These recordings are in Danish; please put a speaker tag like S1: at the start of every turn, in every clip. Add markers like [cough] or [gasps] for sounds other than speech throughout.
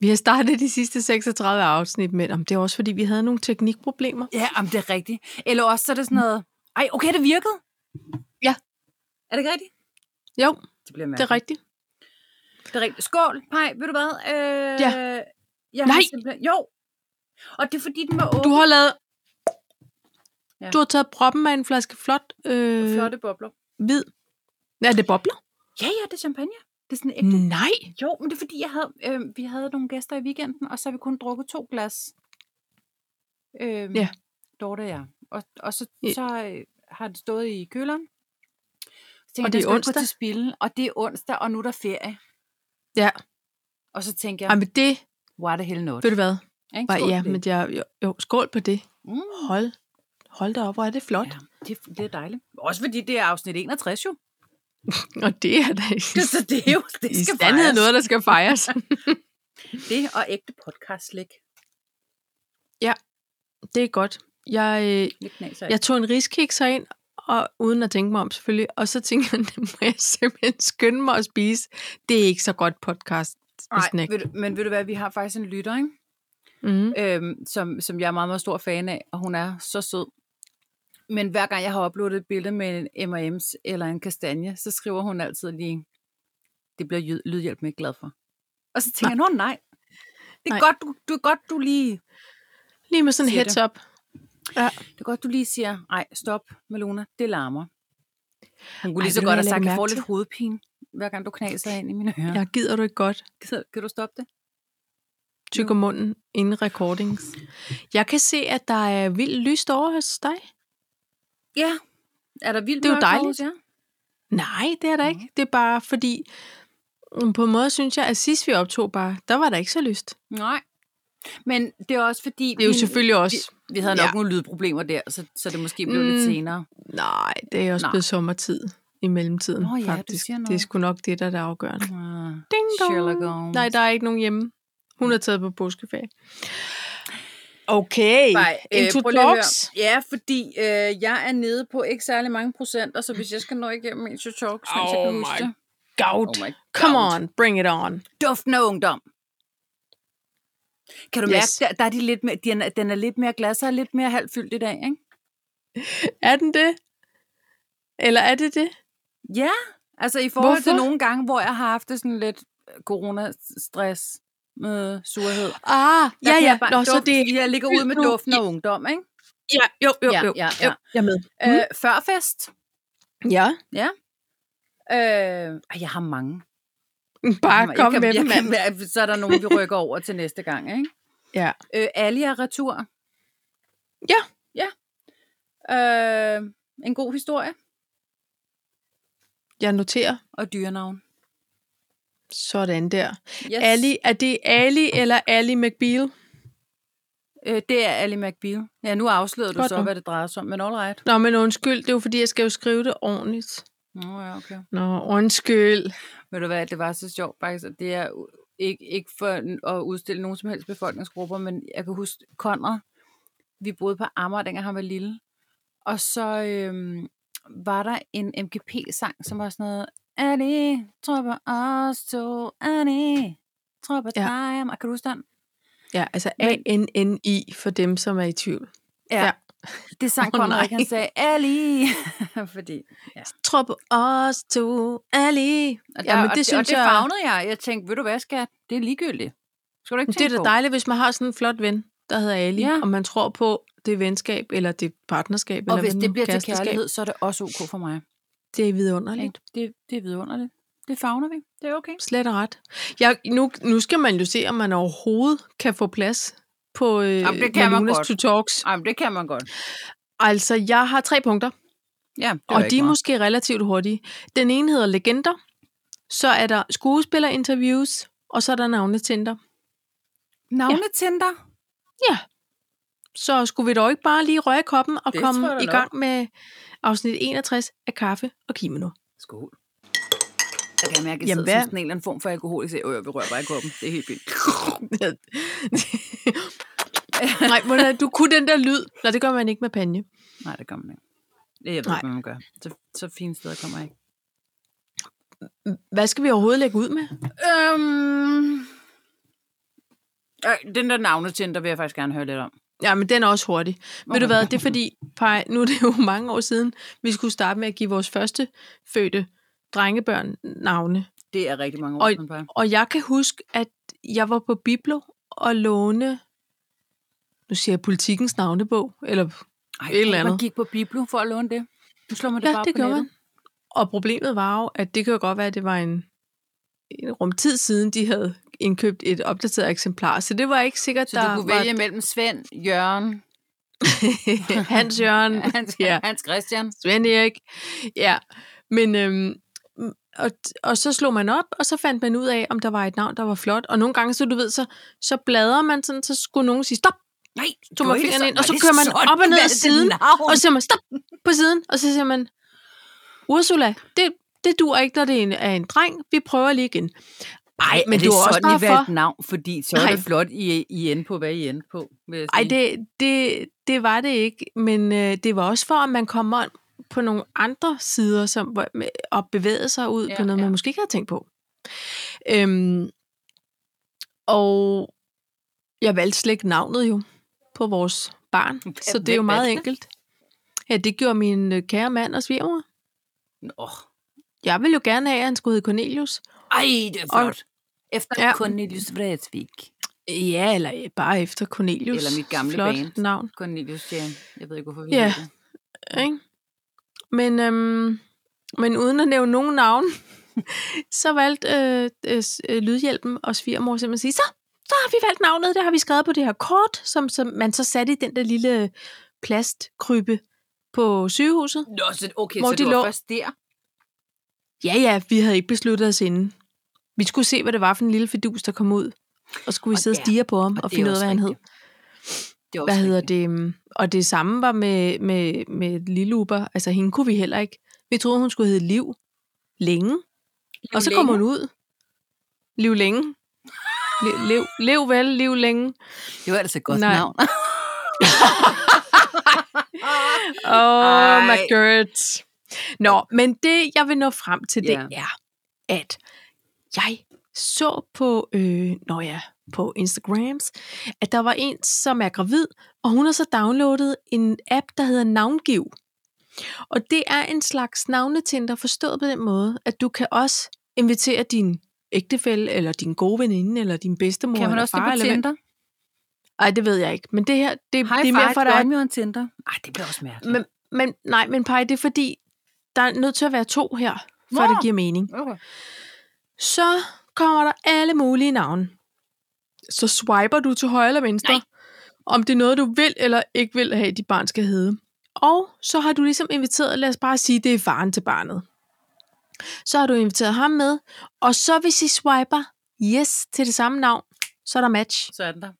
S1: Vi har startet de sidste 36 afsnit med, om det er også fordi, vi havde nogle teknikproblemer.
S2: Ja, om det er rigtigt. Eller også så er det sådan noget, ej, okay, det virkede.
S1: Ja.
S2: Er det ikke rigtigt?
S1: Jo,
S2: Det bliver
S1: det er rigtigt.
S2: Det er rigtigt. Skål, Pej, ved du hvad? Øh,
S1: Ja.
S2: Jeg
S1: Nej.
S2: Har simpelthen... Jo. Og det er fordi, den var åben.
S1: Du har lavet...
S2: Ja.
S1: Ja. Du har taget proppen af en flaske flot, øh, flot.
S2: Flotte bobler.
S1: hvid. Er det bobler?
S2: Ja, ja, det er champagne. Det er sådan ægte. Mm.
S1: Nej.
S2: Jo, men det er fordi, jeg havde, øh, vi havde nogle gæster i weekenden, og så har vi kun drukket to glas. Øh,
S1: Ja.
S2: Dorte og jeg. Og, og så,
S1: Ja.
S2: så øh, har det stået i køleren. Så tænkte
S1: Og det
S2: jeg, den
S1: er
S2: skal ikke gå
S1: onsdag.
S2: Til spilde, og det er onsdag, og nu er der ferie.
S1: Ja.
S2: Og så tænker
S1: Ja.
S2: jeg,
S1: Jamen det,
S2: what the hell not.
S1: ved du hvad?
S2: Ikke?
S1: Var,
S2: Skål
S1: ja,
S2: for det.
S1: men jeg, jo, jo, skål på det.
S2: Mm.
S1: Hold, hold da op, hvor er det flot. Ja.
S2: Ja, det, det er dejligt. Også fordi det er afsnit 61 jo.
S1: Og det er da i,
S2: [laughs] Så det er jo, det
S1: i
S2: skal
S1: sandhed
S2: fejres.
S1: noget, der skal fejres.
S2: Det og ægte podcastslik.
S1: det er godt. Jeg, øh,
S2: Det knaser
S1: Jeg tog en riskikser ind, og, uden at tænke mig om selvfølgelig, og så tænkte jeg, [laughs] det må jeg simpelthen skynde mig at spise. Det er ikke så godt podcast.
S2: Nej,
S1: snack.
S2: ved du, men ved du hvad, vi har faktisk en lytter, ikke?
S1: Mm.
S2: Øhm, som, som jeg er meget, meget stor fan af, og hun er så sød. Men hver gang jeg har uploadet et billede med en M&M's eller en kastanje, så skriver hun altid lige, det bliver jyd- lydhjælpen ikke glad for. Og så tænker jeg, nå nej. Det er
S1: Nej.
S2: godt, du, du, er godt, du lige
S1: Lige med sådan en
S2: Siger
S1: heads up.
S2: Det er godt, du lige siger, nej, stop, Malona, det larmer. Hun kunne
S1: Ej,
S2: lige så
S1: ved du, hvad
S2: godt have
S1: jeg
S2: sagt,
S1: lagde
S2: jeg får
S1: mærke
S2: lidt
S1: til?
S2: hovedpine, hver gang du knaser ind i mine ører. Ja.
S1: Jeg gider du ikke godt.
S2: Kan du stoppe det?
S1: Tykker
S2: Mm.
S1: munden inden recordings. Jeg kan se, at der er vildt lyst over hos dig.
S2: Ja. Er der vildt
S1: Det er jo
S2: mørkt herude
S1: dejligt.
S2: til jer?
S1: Nej, det er der ikke. Det er bare fordi, mm, på en måde synes jeg, at sidst vi optog bare, der var der ikke så lyst.
S2: Nej. Men det er også fordi...
S1: Det er jo
S2: min-
S1: selvfølgelig også...
S2: Vi havde nok
S1: Ja.
S2: ja. nogle lydproblemer der, så, så det måske blev mm. lidt
S1: Mm.
S2: senere.
S1: Nej, det er også
S2: Nej.
S1: blevet sommertid i mellemtiden,
S2: Nå ja, du
S1: faktisk.
S2: siger
S1: det er
S2: noget.
S1: sgu nok det, der er det afgørende.
S2: Ah,
S1: Ding dong.
S2: Sherlock Holmes.
S1: Nej, der er ikke nogen hjemme. Hun er taget på påskeferie. Okay.
S2: Nej, øh,
S1: Into
S2: prøv lige at
S1: talks.
S2: høre. Ja, fordi øh, jeg er nede på ikke særlig mange procenter, så hvis jeg skal nå igennem Into Talks, mens jeg
S1: Oh
S2: kan huske
S1: my
S2: det.
S1: Gout.
S2: Oh my
S1: Come
S2: God.
S1: on, bring it on.
S2: duften af ungdom. Kan du
S1: Yes.
S2: yes. mærke, der, der er de lidt mere, den, er, den er lidt mere glas og lidt mere halvfyldt i dag, ikke?
S1: Er den det? Eller er det det?
S2: Ja, altså i forhold Hvorfor? til
S1: Hvorfor?
S2: nogle gange, hvor jeg har haft det sådan lidt øh, coronastress med surhed. Der
S1: Ah, ja,
S2: kan
S1: ja.
S2: jeg bare-
S1: Nå, så
S2: duft-
S1: det...
S2: Jeg ligger ud med
S1: Nu-
S2: duften af ungdom, ikke?
S1: Ja, jo, jo,
S2: Ja,
S1: jo.
S2: ja,
S1: jo.
S2: ja.
S1: Jeg er med.
S2: Mm. Øh, førfest.
S1: Ja,
S2: Øh, ej, jeg har mange.
S1: bare
S2: Jeg
S1: kom
S2: kan-
S1: med
S2: jeg
S1: dem,
S2: kan
S1: mand.
S2: mærke- Så er der nogen, vi rykker over til næste gang, ikke?
S1: [laughs] Ja.
S2: Øh, Ali er retur.
S1: Ja.
S2: Ja. Øh, en god historie.
S1: Jeg noterer.
S2: og dyrenavn.
S1: Sådan der.
S2: Yes.
S1: Ali, er det Ali eller Ali McBeal?
S2: Øh, det er Ali McBeal. Ja, nu afslører du
S1: Godt
S2: så,
S1: nu.
S2: hvad det drejer sig om, men all right.
S1: Nå, men undskyld, det er jo fordi, jeg skal jo skrive det ordentligt.
S2: Nå, ja, okay.
S1: Nå, undskyld.
S2: Ved du hvad, det var så sjovt faktisk, at det er u- ikke, ikke for n- at udstille nogen som helst befolkningsgrupper, men jeg kan huske Conrad, vi boede på Amager, dengang han var lille, og så øhm, var der en MGP-sang, som var sådan noget, er det, tror på os to, er det, tror på
S1: Ja.
S2: dig, ja. kan du huske den?
S1: Ja, altså
S2: Men-
S1: A-N-N-I for dem, som er i tvivl. Ja.
S2: Det sang
S1: Åh,
S2: Conrad,
S1: nej.
S2: oh, han sagde, Ali, [laughs] fordi
S1: Tror på os to, Ali.
S2: Og der,
S1: Jamen,
S2: Jamen,
S1: det
S2: det, og, synes
S1: synes
S2: og det
S1: jeg-
S2: fagnede jeg. Jeg tænkte, ved du hvad, skat? Det er ligegyldigt. Skal du ikke
S1: Men det er
S2: tænke
S1: da
S2: på?
S1: dejligt, hvis man har sådan en flot ven, der hedder Ali, ja.
S2: Ja.
S1: og man tror på det venskab, eller det partnerskab,
S2: Og
S1: eller
S2: hvis
S1: hvad
S2: det
S1: nu,
S2: bliver til
S1: kæresteskab.
S2: kærlighed, så er det også ok for mig.
S1: Det er vidunderligt.
S2: Ikke? Det, det er vidunderligt. Det fagner vi. Det er okay.
S1: Slet og ret. Jeg, nu, nu skal man jo se, om man overhovedet kan få plads på øh,
S2: Jamen, det kan man
S1: Malunas
S2: godt.
S1: to Talks.
S2: Jamen, det kan man godt.
S1: Altså, jeg har tre punkter,
S2: Ja, det er
S1: og
S2: da
S1: de
S2: ikke
S1: er
S2: meget.
S1: måske relativt hurtige. Den ene hedder Legender, så er der skuespillerinterviews, og så er der navnetinder.
S2: Navnetinder.
S1: Så skulle vi dog ikke bare lige røre i koppen og
S2: Det
S1: det
S2: tror jeg
S1: komme
S2: da
S1: i
S2: nok.
S1: gang med afsnit 61 af Kaffe og
S2: [laughs]
S1: Kimono.
S2: Skål. Jeg kan mærke,
S1: Jamen,
S2: at jeg Jamen, sidder
S1: hvad-
S2: som sådan en eller anden form for alkohol. Jeg siger, øh, vi rører bare i koppen. Det er helt fint.
S1: Nej, hvordan, du kunne den der lyd. Nej, det gør man ikke med panje.
S2: [laughs] Nej, det gør man ikke. Jeg ved
S1: Nej.
S2: ikke, hvad man gør. Så, så fine steder kommer jeg ikke.
S1: Hvad skal vi overhovedet lægge ud med?
S2: Øhm, Øh, den der navnetinder vil jeg faktisk gerne høre lidt om.
S1: Ja, men den er også hurtig. Ved du hvad, det er fordi, Paj, nu er det jo [laughs] mange år siden, vi skulle starte med at give vores første fødte drengebørn navne.
S2: Det er rigtig mange år
S1: Og-
S2: siden, bare.
S1: Og jeg kan huske, at jeg var på Biblo og låne, nu siger jeg politikens navnebog, eller
S2: Ej,
S1: Et eller
S2: tænk, Man
S1: andet.
S2: gik på Biblo for at låne det. Nu slår man det
S1: Ja,
S2: bare
S1: det
S2: på
S1: gjorde
S2: nettet.
S1: man. Og problemet var jo, at det kan jo godt være, at det var en, en rumtid siden, de havde indkøbt et opdateret eksemplar. Så det var ikke sikkert,
S2: Så
S1: der
S2: du kunne vælge mellem Svend, [laughs] Jørgen,
S1: var [laughs] Hans Jørgen,
S2: Hans,
S1: Ja.
S2: Hans Christian.
S1: Svend Erik. Ja, men... Øhm, og, og så slog man op, og så fandt man ud af, om der var et navn, der var flot. Og nogle gange, så du ved, så, så bladrer man sådan, så skulle nogen sige stop,
S2: Nej,
S1: tog man fingrene ind, og så kører man op og ned ad siden, og så siger man stop på siden, og så siger man, Ursula, det, det dur ikke, når det er en, er en dreng. Vi prøver lige igen. Nej, men
S2: det
S1: du er også
S2: sådan,
S1: bare
S2: I valgte
S1: for...
S2: navn, fordi så er
S1: Nej.
S2: det flot, I, I end på, hvad I end på. vil jeg
S1: Ej,
S2: sige.
S1: det, det, det var det ikke, men øh, det var også for, at man kom on på nogle andre sider som, hvor- med- og bevægede sig ud
S2: Ja,
S1: ja, på noget,
S2: ja.
S1: man måske ikke havde tænkt på. Øhm, og jeg valgte slet ikke navnet jo på vores barn, så det er jo
S2: hvem
S1: meget
S2: valgte det?
S1: enkelt. Ja, det gjorde min øh, kære mand og svigermor.
S2: Nå.
S1: Jeg ville jo gerne have, at han skulle hedde Cornelius.
S2: Ej, det er
S1: Og-
S2: flot. Efter
S1: Ja.
S2: Cornelius Vredsvik.
S1: Ja, eller øh, bare efter Cornelius.
S2: Eller mit gamle
S1: Flot
S2: band.
S1: navn.
S2: Cornelius Jan. Jeg ved ikke, hvorfor vi
S1: Ja.
S2: hedder det.
S1: Ikke? Men, øhm, men uden at nævne nogen
S2: [laughs]
S1: navn, så valgte øh, øh, s- øh, Lydhjælpen og Svigermor simpelthen at sige, så, så har vi valgt navnet, det har vi skrevet på det her kort, som, som man så satte i den der lille plastkrybe på sygehuset.
S2: Nå, så, okay,
S1: Hvor
S2: så
S1: de
S2: det var
S1: lå-
S2: først der.
S1: Ja, ja, vi havde ikke besluttet os inden. Vi skulle se, hvad det var for en lille fidus, der kom ud. Og så skulle vi
S2: Og
S1: sidde
S2: ja,
S1: og stige på ham og,
S2: det
S1: og
S2: er
S1: finde ud af,
S2: også
S1: hvad han hed.
S2: rigtigt. Det er også
S1: hvad hedder
S2: rigtigt.
S1: det? mm, Og det samme var med, med, med Lille Uber. Altså, hende kunne vi heller ikke. Vi troede, hun skulle hedde Liv længe. og så kom
S2: Længe?
S1: hun ud. Liv længe. Liv, liv, liv vel, liv længe.
S2: Det var altså et godt
S1: Nej.
S2: [laughs] navn.
S1: Oh my
S2: Ej.
S1: god. Nå, men det, jeg vil nå frem til, det
S2: Ja.
S1: er, at jeg så på, øh, når jeg på Instagrams, at der var en, som er gravid, og hun har så downloadet en app, der hedder Navngiv. Og det er en slags navnetinder forstået på den måde, at du kan også invitere din ægtefælle, eller din gode veninde, eller din bedstemor,
S2: Kan man
S1: eller
S2: også det
S1: far,
S2: på
S1: eller hvem-
S2: Tinder?
S1: Ej, det ved jeg ikke. Men det her, det, det
S2: Hej,
S1: er mere for, at der er
S2: dig. Hej, Tinder. Ej, det bliver også mærkeligt.
S1: men, men nej, men Paj, det er fordi, der er nødt til at være to her, for at
S2: Nå.
S1: det giver mening.
S2: Okay.
S1: Så kommer der alle mulige navne. Så swiper du til højre eller venstre,
S2: Nej.
S1: om det er noget, du vil eller ikke vil have, dit barn skal hedde. Og så har du ligesom inviteret, lad os bare sige, det er faren til barnet. Så har du inviteret ham med, og så hvis I swiper yes til det samme navn, så er der match
S2: Så er den der.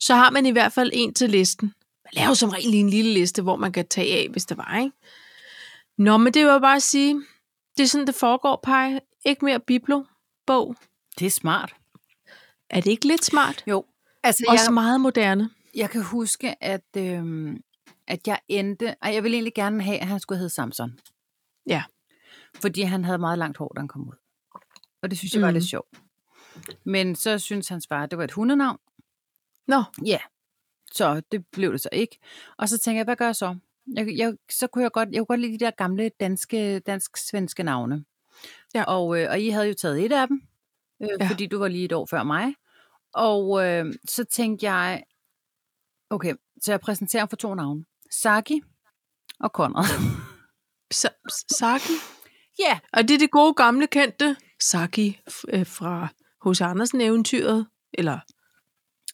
S1: så har man i hvert fald en til listen. Man laver som regel lige en lille liste, hvor man kan tage af, hvis der var, ikke? Nå, men det var bare at sige, det er sådan, det foregår, Paj. Ikke mere biblo-bog.
S2: Det er smart.
S1: Er det ikke lidt smart?
S2: Jo. Altså,
S1: Også meget moderne.
S2: Jeg kan huske, at, øhm, at jeg endte... Ej, jeg ville egentlig gerne have, at han skulle hedde Samson.
S1: Ja.
S2: Fordi han havde meget langt hår, da han kom ud. Og det synes jeg var
S1: Mhm.
S2: lidt sjovt. Men så synes hans far, at det var et hundenavn.
S1: Nå.
S2: Ja. Så det blev det så ikke. Og så tænker jeg, hvad gør jeg så? Jeg, jeg, så kunne jeg godt, jeg kunne godt lide de der gamle danske, dansk-svenske navne.
S1: Ja.
S2: Og, øh, og I havde jo taget et af dem, øh, ja.
S1: Ja.
S2: fordi du var lige et år før mig. Og øh, så tænkte jeg, Okay, så jeg præsenterer ham for to navne. Saki og Conrad.
S1: Sa- Saki.
S2: Ja,
S1: Og det er det gode gamle kendte Saki f- øh, fra hos Andersen eventyret. Eller...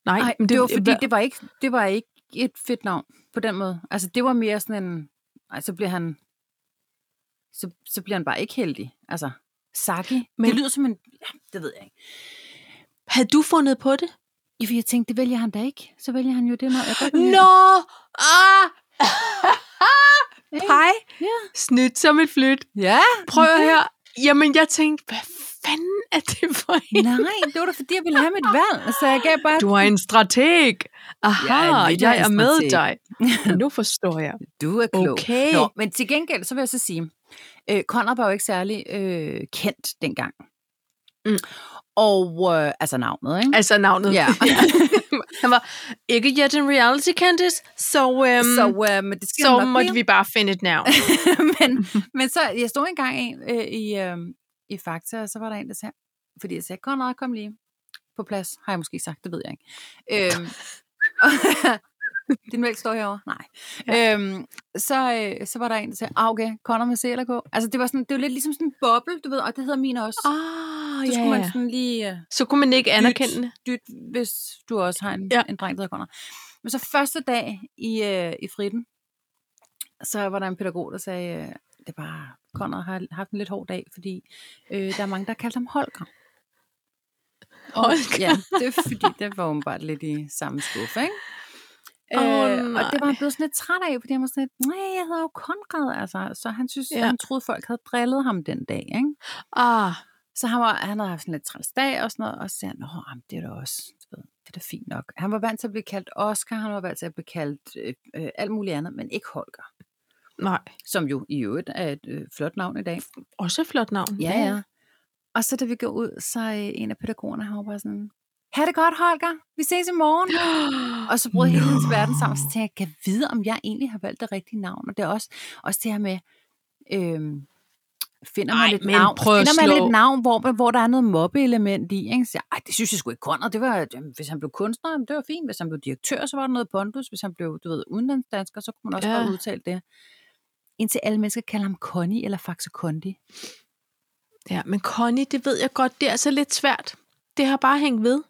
S1: Nej,
S2: Nej,
S1: men
S2: det, det var fordi,
S1: hva-
S2: det var, ikke, det var ikke et fedt navn på den måde. Altså, det var mere sådan en... Ej, så bliver han... Så, så bliver han bare ikke heldig. Altså, Saki. Men,
S1: Men-
S2: det lyder som en... Ja, det ved jeg ikke.
S1: Havde du fundet på det?
S2: Ja, for jeg tænkte, det vælger han da ikke. Så vælger han jo det navn. Jeg godt vil have.
S1: Nå!
S2: [laughs]
S1: Ah!
S2: Ikke?
S1: Pej!
S2: Ja.
S1: Snydt som et flyt.
S2: Ja,
S1: Prøv at høre. Jamen, jeg tænkte, hvad fanden er det for en?
S2: nej, det var da fordi, jeg ville have mit valg. Så jeg gav bare...
S1: Du er en strateg. Aha,
S2: Jeg er
S1: jeg
S2: lidt
S1: er,
S2: af en
S1: jeg er med
S2: strateg.
S1: dig.
S2: [laughs]
S1: Nu forstår jeg.
S2: Du er klog.
S1: Okay.
S2: Nå, men til gengæld, så vil jeg så sige, øh, Conrad var jo ikke særlig øh, kendt dengang.
S1: Mm.
S2: og øh, altså navnet, ikke?
S1: Altså navnet.
S2: Ja.
S1: [laughs] han var ikke yet en reality Candice, så, øhm,
S2: så
S1: så,
S2: øh, men det skal han
S1: så
S2: nok
S1: måtte
S2: blive.
S1: vi bare finde et navn.
S2: Ah, [laughs] men, men så, jeg stod engang en, øh, i, øh, i Fakta, og så var der en, der sagde, fordi jeg sagde, Konrad, kom lige på plads. Har jeg måske sagt, det ved jeg ikke. Øhm, [laughs] din mælk står herovre? Nej. Ja. Øhm, så, øh, så var der en, der sagde, ah, okay, Conrad med C eller K. Altså, det var, sådan, det var lidt ligesom sådan en boble, du ved, og det hedder min også.
S1: Åh, oh,
S2: så skulle man sådan lige... Øh,
S1: Så kunne man ikke anerkende det.
S2: dyt, hvis du også har en,
S1: Ja.
S2: ja. en dreng, der hedder Conrad. Men så første dag i, øh, i fritten, så var der en pædagog, der sagde, øh, det er bare, Conrad har haft en lidt hård dag, fordi øh, der er mange, der har kaldt ham Holger. Og-
S1: Holger.
S2: Ja, det er fordi, det var åbenbart lidt i samme skuffe, ikke? Øh,
S1: Åh,
S2: og
S1: nej.
S2: det var han blevet sådan lidt træt af, fordi han var sådan lidt, nej, jeg hedder jo Conrad, altså. Så han synes,
S1: Ja.
S2: ja. han troede, folk havde drillet ham den dag, ikke?
S1: Ah,
S2: Så han, var, han havde haft sådan lidt træls dag og sådan noget, og så sagde han, Nå, jamen, det er da også, du ved, det er da fint nok. Han var vant til at blive kaldt Oscar, han var vant til at blive kaldt øh, øh, alt muligt andet, men ikke Holger,
S1: nej.
S2: som jo i øvrigt er et øh, flot navn i dag.
S1: Også et flot navn.
S2: Og så da vi går ud, så øh, en af pædagogerne, han var bare sådan, ha' det godt, Holger, vi ses i morgen. Og så brød no. hele
S1: Nå.
S2: hans verden sammen, så tænkte jeg, kan jeg vide, om jeg egentlig har valgt det rigtige navn? Og det er også, også det her med, øhm, finder man
S1: Ej,
S2: lidt
S1: men
S2: navn,
S1: prøv at
S2: finder man
S1: slå-
S2: lidt navn hvor, hvor der er noget mobbeelement i, ikke? Så, jeg, Ej, det synes jeg sgu ikke Conrad, det var, jamen, hvis han blev kunstner, jamen, det var fint, hvis han blev direktør, så var der noget bondus, hvis han blev, du ved, udenlandsdansker, så kunne man også
S1: Ja.
S2: ja. godt udtale det. Indtil alle mennesker kalder ham Connie eller Faxe Kondi.
S1: [gasps] Ja, men Connie, det ved jeg godt, det er så lidt svært. Det har bare hængt ved.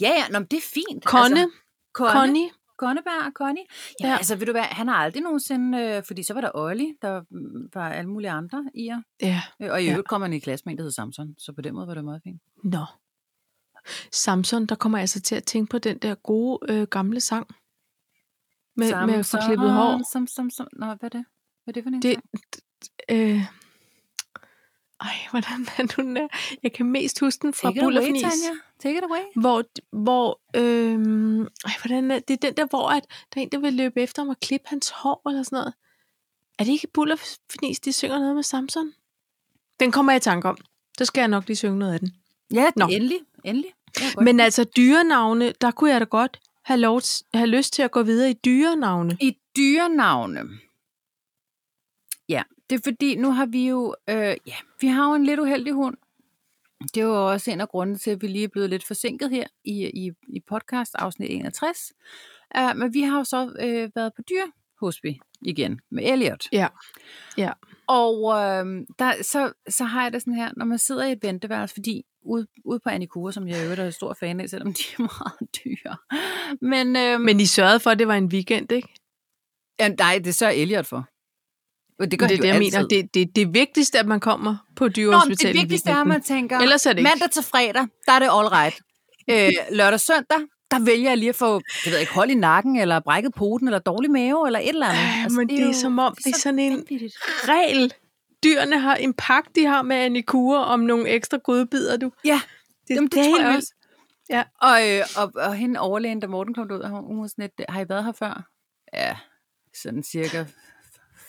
S2: Ja, ja, nå, men det er fint.
S1: Conne,
S2: Altså,
S1: altså,
S2: Conne. Connie.
S1: Connie.
S2: Conneberg og Connie. Ja,
S1: Ja.
S2: ja, altså, vil du være, han har aldrig nogensinde, øh, fordi så var der Olli, der mm, var alle mulige andre i jer.
S1: Ja,
S2: Øh, Og i
S1: Ja.
S2: øvrigt kom han i klasse med en, der hed Samson, så på den måde var det meget fint.
S1: nå. Samson, der kommer jeg altså til at tænke på den der gode øh, gamle sang. Med, med forklippet hår.
S2: Som, som, som, nå, hvad er det? Hvad er det for en
S1: Det-
S2: det,
S1: Øh. Ej, hvordan er det, den er? Jeg kan mest huske den fra
S2: Take it away,
S1: Bullerfnis.
S2: Tanja. Take it away.
S1: Hvor, hvor øhm, ej, hvordan er, det er den der, hvor at, der er en, der vil løbe efter ham og klippe hans hår eller sådan noget. Er det ikke Bullerfnis, de synger noget med Samson? Den kommer jeg i tanke om. Så skal jeg nok lige synge noget af den.
S2: Ja,
S1: Nå.
S2: nå. endelig. Endelig. Det var godt.
S1: Men altså dyrenavne, der kunne jeg da godt have, lov, t- have lyst til at gå videre i dyrenavne.
S2: I dyrenavne. Ja, det er fordi, nu har vi jo, øh, ja, vi har jo en lidt uheldig hund. Det var jo også en af grundene til, at vi lige er blevet lidt forsinket her i, i, i podcast afsnit 61. Uh, men vi har jo så øh, været på dyr hos vi igen med Elliot.
S1: Ja. Ja.
S2: Og øh, der, så, så har jeg det sådan her, når man sidder i et venteværelse, fordi ude, ude på Anikura, som jeg i øvrigt er stor fan af, selvom de er meget dyre. Men, øh,
S1: Men I sørgede for, at det var en weekend, ikke?
S2: Ja, nej, det sørger Elliot for. Og det gør
S1: Det er
S2: han jo
S1: det, jeg
S2: altid.
S1: mener. Det, det, det er vigtigst, at man kommer på
S2: Nå, men
S1: dyrehospitalet.
S2: det
S1: i
S2: vigtigste er, at
S1: weekenden.
S2: man tænker,
S1: Ellers er det ikke.
S2: mandag til fredag, der er det all right. Øh, lørdag og søndag, der vælger jeg lige at få, jeg ved ikke, hold i nakken, eller brækket poten, eller dårlig mave, eller et eller andet. Altså,
S1: Øh, men det er
S2: jo-
S1: som om, det er
S2: så
S1: sådan en-
S2: vanvittigt.
S1: regel. Dyrene har en pakke, de har med Anikure om nogle ekstra godbidder, du.
S2: Ja,
S1: det,
S2: Jamen, det, det tror jeg også.
S1: Ja.
S2: Og, øh, og, og hende overlægen, da Morten kom ud, hun, hun var sådan lidt, har I været her før? Ja, sådan cirka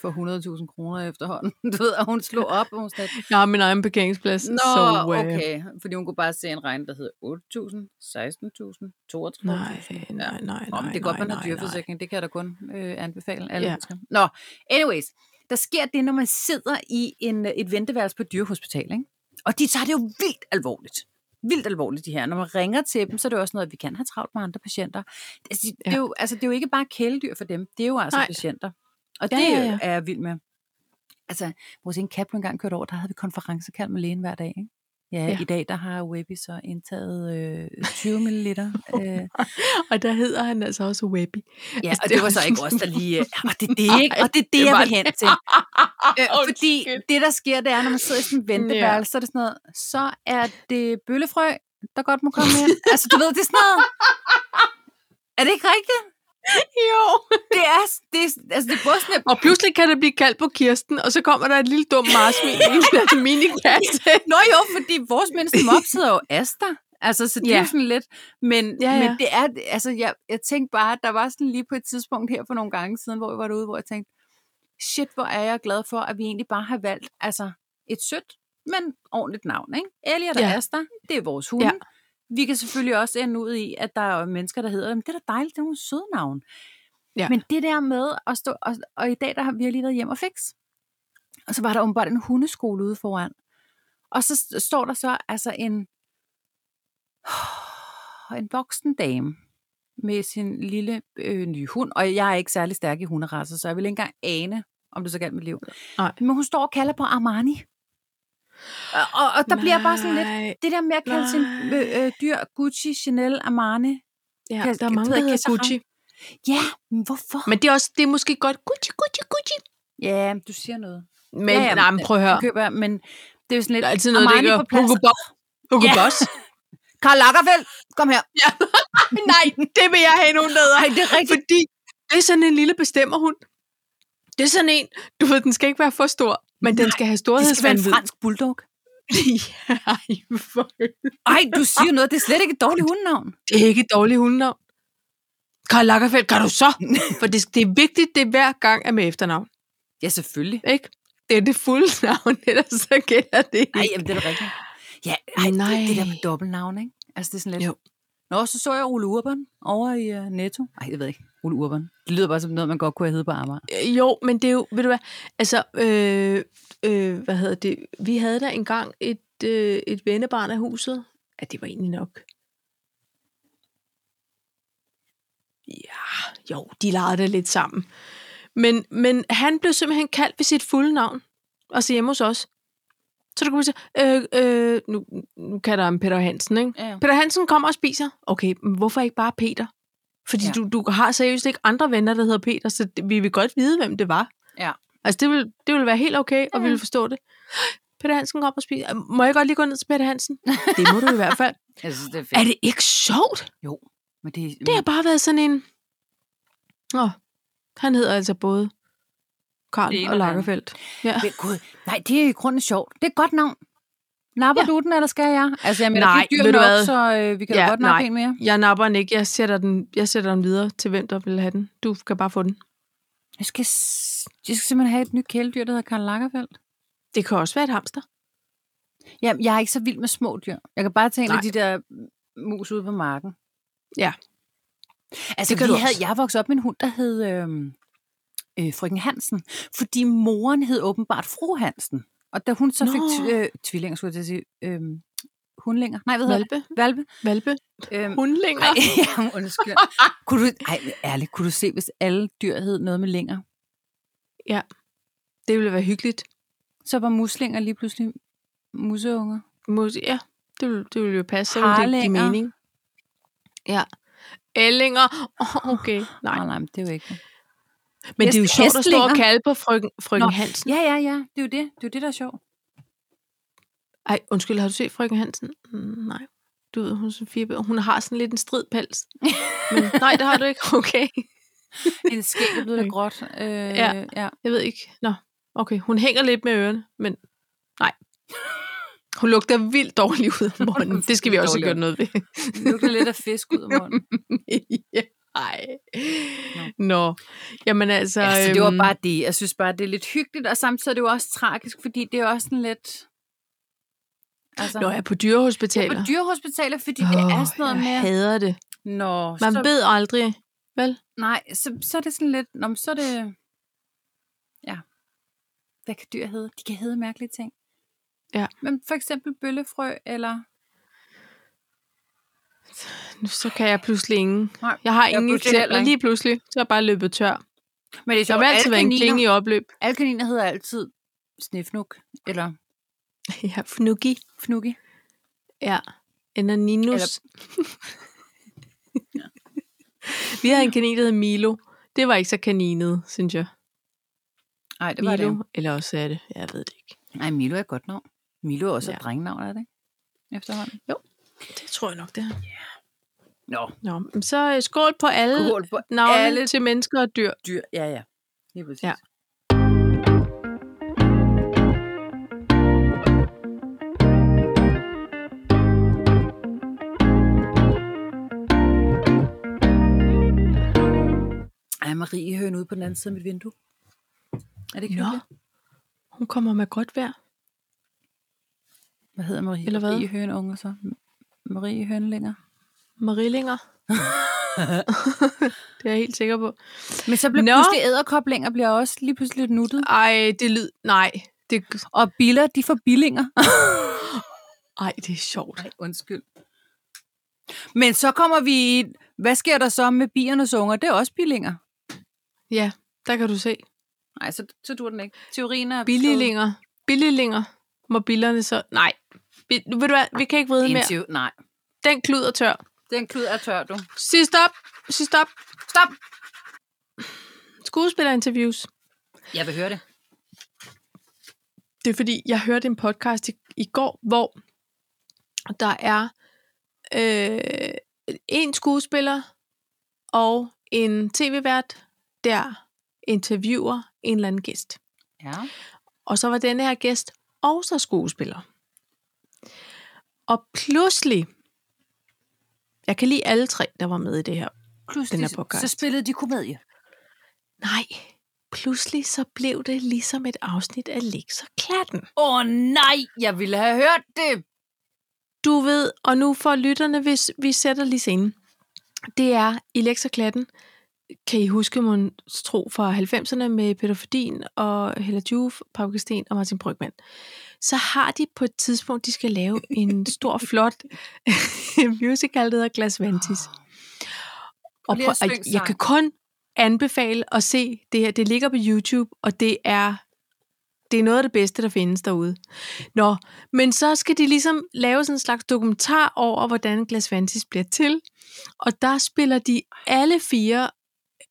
S2: for 100.000 kroner efterhånden. [laughs] Du ved, og hun slog op, og hun sådan lidt,
S1: Jeg har min egen parkeringsplads.
S2: Nå,
S1: så,
S2: so,
S1: øh,
S2: okay. Fordi hun kunne bare se en regning, der hedder 8.000, 16.000, 32.000.
S1: Nej, nej, nej,
S2: Nå, men
S1: nej,
S2: det er godt,
S1: nej,
S2: man har
S1: nej,
S2: dyreforsikring. Det kan jeg da kun øh, anbefale alle
S1: Ja.
S2: ja. mennesker. Nå, anyways. Der sker det, når man sidder i en, øh, et venteværelse på et dyrehospital, ikke? Og de tager det jo vildt alvorligt. Vildt alvorligt, de her. Når man ringer til dem, så er det jo også noget, at vi kan have travlt med andre patienter. Altså, de- det,
S1: Ja.
S2: er jo, altså, det er jo ikke bare kæledyr for dem. Det er jo altså
S1: Nej.
S2: Nej. patienter. Og
S1: Ja,
S2: det
S1: ja, ja.
S2: er jeg vild med. Altså, vores en kat blev engang kørt over, der havde vi konferencekald med lægen hver dag, ikke? Ja,
S1: Ja.
S2: ja, i dag der har Webby så indtaget øh, 20 ml.
S1: [laughs]
S2: Øh, ja,
S1: nej. Og der hedder han altså også Webby.
S2: og Altså, det var så ikke os, der [laughs] lige... Øh, og det er det, ikke? Og det er det, jeg [laughs] vil hen til. Øh, fordi det, der sker, det er, når man sidder i sådan en venteværelse, så er det sådan noget, så er det bøllefrø, der godt må komme ind. Altså, du ved, det er sådan noget... Er det ikke rigtigt?
S1: Jo.
S2: Det er, det er, altså, det er både sådan, at
S1: Og pludselig kan det blive kaldt på Kirsten, og så kommer der et lille dumt marsvin i en minikasse.
S2: [laughs] Nå jo, fordi vores mindste mops hedder jo Asta. Altså, så det ja. er
S1: Ja.
S2: jo sådan lidt... Men,
S1: Ja,
S2: ja,
S1: ja.
S2: ja. men det er... Altså, jeg, jeg tænkte bare, at der var sådan lige på et tidspunkt her for nogle gange siden, hvor jeg var derude, hvor jeg tænkte, shit, hvor er jeg glad for, at vi egentlig bare har valgt altså, et sødt men ordentligt navn. Ikke? Elliot og
S1: Ja.
S2: ja. Asta, det er vores hunde.
S1: Ja.
S2: Ja. Vi kan selvfølgelig også ende ud i, at der er mennesker, der hedder, "Jamen, det er da dejligt, det er nogle søde navn.
S1: Ja.
S2: Men det der med at stå, og, og i dag der har vi har lige været hjem og fix. Og så var der åbenbart en hundeskole ude foran. Og så st- står der så altså en, [sighs] en voksen dame med sin lille øh, nye hund. Og jeg er ikke særlig stærk i hunderasser, så jeg vil ikke engang ane, om det så galt mit liv.
S1: Nej.
S2: Men hun står og kalder på Armani. Og, og, og [laughs] der Nej. bliver jeg bare sådan lidt,
S1: Nej.
S2: det der med at kalde sin øh, øh, dyr Gucci, Chanel, Armani.
S1: Ja,
S2: Kan-
S1: der er
S2: jeg
S1: mange,
S2: ved
S1: der
S2: ikke,
S1: hedder
S2: kan jeg så
S1: Gucci.
S2: Ja, men hvorfor?
S1: Men det er, også, det er måske godt Gucci, Gucci, Gucci.
S2: Ja, du siger noget.
S1: Men,
S2: Ja,
S1: ja,
S2: ja,
S1: nej, men prøv at høre.
S2: Du køber, men det er jo sådan lidt
S1: Der er altid noget,
S2: Armani
S1: der
S2: på
S1: gør
S2: plads.
S1: Hugo Boss. Hugo
S2: Ja. [laughs]
S1: Boss.
S2: Karl Lagerfeldt, kom her. [laughs]
S1: nej, det vil jeg have nogen
S2: Nej,
S1: der.
S2: det er rigtigt.
S1: Fordi det er sådan en lille bestemmerhund. Det er sådan en, du ved, den skal ikke være for stor, men den
S2: Nej,
S1: skal have
S2: Det skal være en
S1: storhedsvandvid.
S2: fransk bulldog.
S1: ja, [laughs] ej, hvor.
S2: Ej, du siger noget. Det er slet ikke et dårligt hundenavn.
S1: Det er ikke et dårligt hundenavn. Karl Lagerfeldt, gør du så? For det, det er vigtigt, det er hver gang er med efternavn,
S2: Ja, selvfølgelig.
S1: ikke? Det er det fulde navn, ellers så gælder det ikke.
S2: Nej, jamen, det er da rigtigt. Ja, ej, Nej. Det, det der
S1: Nej.
S2: med dobbeltnavn, ikke? Altså, det er sådan lidt...
S1: Jo.
S2: Nå, så så jeg Ole Urban over i uh, Netto. Nej, jeg ved ikke. Ole Urban. Det lyder bare som noget, man godt kunne have heddet på Amager.
S1: Øh, Jo, men det er jo, ved du hvad, altså, øh, øh, hvad hedder det, vi havde der engang et, øh, et vennebarn af huset. Ja, det var egentlig nok. Ja, jo, de legede det lidt sammen. Men, men han blev simpelthen kaldt ved sit fulde navn, altså hjemme hos os. Så du kunne man sige, øh, øh, nu, nu kalder han Peter Hansen, ikke?
S2: Ja.
S1: Peter Hansen kommer og spiser. Okay, men hvorfor ikke bare Peter? Fordi
S2: Ja.
S1: ja. du, du har seriøst ikke andre venner, der hedder Peter, så det- vi vil godt vide, hvem det var.
S2: Ja.
S1: Altså, det vil, det vil være helt okay, og
S2: Ja.
S1: vi vil forstå det. Peter Hansen kommer og spiser. Må jeg godt lige gå ned til Peter
S2: [laughs]
S1: Hansen? Det må du i hvert fald.
S2: Jeg synes, det er fedt.
S1: Er det ikke sjovt?
S2: Jo. Men det,
S1: Det har bare været sådan en... Nå, han hedder altså både
S2: Det
S1: Karl
S2: ene
S1: og
S2: og det andet.
S1: Lagerfeldt. Ja.
S2: Men Gud, nej, det er i grunden sjovt. Det er et godt navn. Napper
S1: Ja.
S2: ja. du den, eller skal jeg? Altså, jeg mener,
S1: Nej,
S2: de er
S1: ved
S2: dyr
S1: du
S2: nok,
S1: hvad?
S2: så øh, vi kan ja,
S1: Ja,
S2: godt nappe
S1: nej.
S2: en mere.
S1: Jeg napper den ikke. Jeg sætter den, jeg sætter den videre til, hvem der vil have den. Du kan bare få den.
S2: Jeg skal, s- jeg skal simpelthen have et nyt kæledyr, der hedder Karl Lagerfeldt.
S1: Det kan også være et hamster.
S2: Jamen, jeg er ikke så vild med små dyr. Jeg kan bare tænke
S1: Nej.
S2: de der mus ude på marken.
S1: Ja.
S2: Altså,
S1: Det kan
S2: vi
S1: du
S2: havde,
S1: også.
S2: jeg voksede op med en hund, der hed øhm, øh, Frøken Hansen, fordi moren hed åbenbart Fru Hansen. Og da hun så
S1: Nå.
S2: fik t- øh, tvillinger, skulle jeg til at sige, øh, hundlinger, nej, hvad hedder det?
S1: Valpe.
S2: Valpe.
S1: Valpe.
S2: Øhm,
S1: Hundlinger.
S2: Ej, [laughs] ja, undskyld. kunne du, ej, ærligt, kunne du se, hvis alle dyr hed noget med længer?
S1: Det ville være hyggeligt.
S2: Så var muslinger lige pludselig museunger.
S1: Mus- Ja, det ville, det ville jo passe. Så ville det ikke give
S2: Harlinger.
S1: mening. Ja. Ællinger. Oh, okay, nej.
S2: nej, men det er jo ikke det.
S1: Men det er jo
S2: Hest-
S1: sjovt at stå og
S2: hestlinger.
S1: kalde på frøken, frøken
S2: Nå.
S1: Hansen.
S2: Ja, ja, ja. Det er jo det. Det er jo det, der er sjovt.
S1: Ej, undskyld, har du set frøken Hansen? Mm, nej. Du ved, hun, er sådan fire, hun har sådan lidt en strid pels. [laughs] Men, nej, det har du ikke. Okay.
S2: En skæg er blevet lidt gråt. Øh, ja. ja.
S1: Jeg ved ikke. Nå, okay. Hun hænger lidt med ørerne, men nej. Hun lugter vildt dårligt ud af munden. Det skal vi
S2: Vildt
S1: også
S2: dårlig.
S1: gøre noget ved.
S2: Det lugter lidt af fisk ud af munden.
S1: [laughs] ja. Ej. Nå. Nå. Jamen altså...
S2: Ja, så det
S1: øhm,
S2: var bare det. Jeg synes bare, det er lidt hyggeligt, og samtidig er det jo også tragisk, fordi det er også sådan lidt... Altså,
S1: Nå, jeg er på
S2: jeg er
S1: dyrehospitaler.
S2: på dyrehospitaler, fordi oh, det er sådan noget
S1: jeg
S2: med...
S1: hader det.
S2: Nå,
S1: Man
S2: så
S1: ved aldrig.
S2: Nej, så, så er det sådan lidt, nå, men så er det, ja, hvad kan dyr hedde? De kan hedde mærkelige ting.
S1: Ja.
S2: Men for eksempel bøllefrø, eller...
S1: Nu så kan jeg pludselig ingen.
S2: Nej,
S1: Jeg har
S2: jeg
S1: ingen
S2: pludselig heller
S1: eksempler.
S2: ikke.
S1: Lige pludselig, så er jeg bare løbet tør.
S2: Men det er
S1: Der vil altid være en klinge i
S2: [laughs]
S1: opløb.
S2: alle kaniner hedder altid snifnuk, eller
S1: Ja, fnuggi.
S2: fnuggi.
S1: Ja. Eller Ninus.
S2: Eller-
S1: [laughs] Vi havde en kanin, der hed Milo. Det var ikke så kaninet, synes jeg.
S2: Nej, det var
S1: Milo.
S2: det.
S1: Eller også er det. Jeg ved det ikke.
S2: Nej, Milo er et godt navn. Milo er også
S1: Ja.
S2: et drengnavn, er det ikke? Efterhånden.
S1: Det tror jeg nok, det er.
S2: Nå,
S1: Nå, men så øh, skål på alle
S2: Skål på
S1: navne
S2: alle-
S1: til mennesker og dyr.
S2: dyr, ja, ja. Lige præcis.
S1: Ja.
S2: Ej, Marie hører ude på den anden side af mit vindue. Er det ikke
S1: Nå,
S2: hyggeligt?
S1: hun kommer med godt vejr.
S2: Hvad hedder Marie?
S1: Eller hvad?
S2: Marie Hønunge så? Marie Hønlinger. [laughs]
S1: Marillinger. det er jeg helt sikker på.
S2: Men så bliver
S1: Nå.
S2: Nå. pludselig æderkoblinger bliver også lige pludselig lidt nuttet.
S1: Ej, det lyd... Nej. Det...
S2: Og biller, de får billinger. [laughs]
S1: Ej, det er sjovt.
S2: Nej, undskyld. Men så kommer vi i... Hvad sker der så med biernes unger? Det er også billinger.
S1: Ja, der kan du se.
S2: Nej, så, så dur den ikke. Teorien er...
S1: Billiglinger. Billiglinger. Må billerne så... Nej. Bi- Nu ved du hvad, vi kan ikke vride
S2: En
S1: mere.
S2: teori- Nej,
S1: Den klud er tør.
S2: den klud er tør, du.
S1: Sig stop. Sig stop.
S2: Stop!
S1: Skuespillerinterviews.
S2: Jeg vil høre det.
S1: Det er fordi, jeg hørte en podcast i, i går, hvor der er øh, en skuespiller og en tv-vært, der interviewer en eller anden gæst.
S2: Ja.
S1: Og så var denne her gæst også skuespiller. Og pludselig, jeg kan lide alle tre, der var med i det her.
S2: Pludselig,
S1: Den er podcast.
S2: så spillede de komedie.
S1: Nej, pludselig så blev det ligesom et afsnit af Lex og Klatten.
S2: Åh oh, nej, jeg ville have hørt det.
S1: Du ved, og nu for lytterne, hvis vi sætter lige scenen, det er i Lex og Klatten, kan I huske mon tro fra 90'erne med Peter Fordin og Hella Juf, Pau Christen og Martin Brygman. Så har de på et tidspunkt, de skal lave en stor, [laughs] flot musical, der hedder Glas Vantis. Og
S2: Lige
S1: prøv,
S2: at
S1: og
S2: synge
S1: jeg
S2: sang.
S1: kan kun anbefale at se det her. Det ligger på YouTube, og det er, det er noget af det bedste, der findes derude. Nå, men så skal de ligesom lave sådan en slags dokumentar over, hvordan Glas Vantis bliver til. Og der spiller de alle fire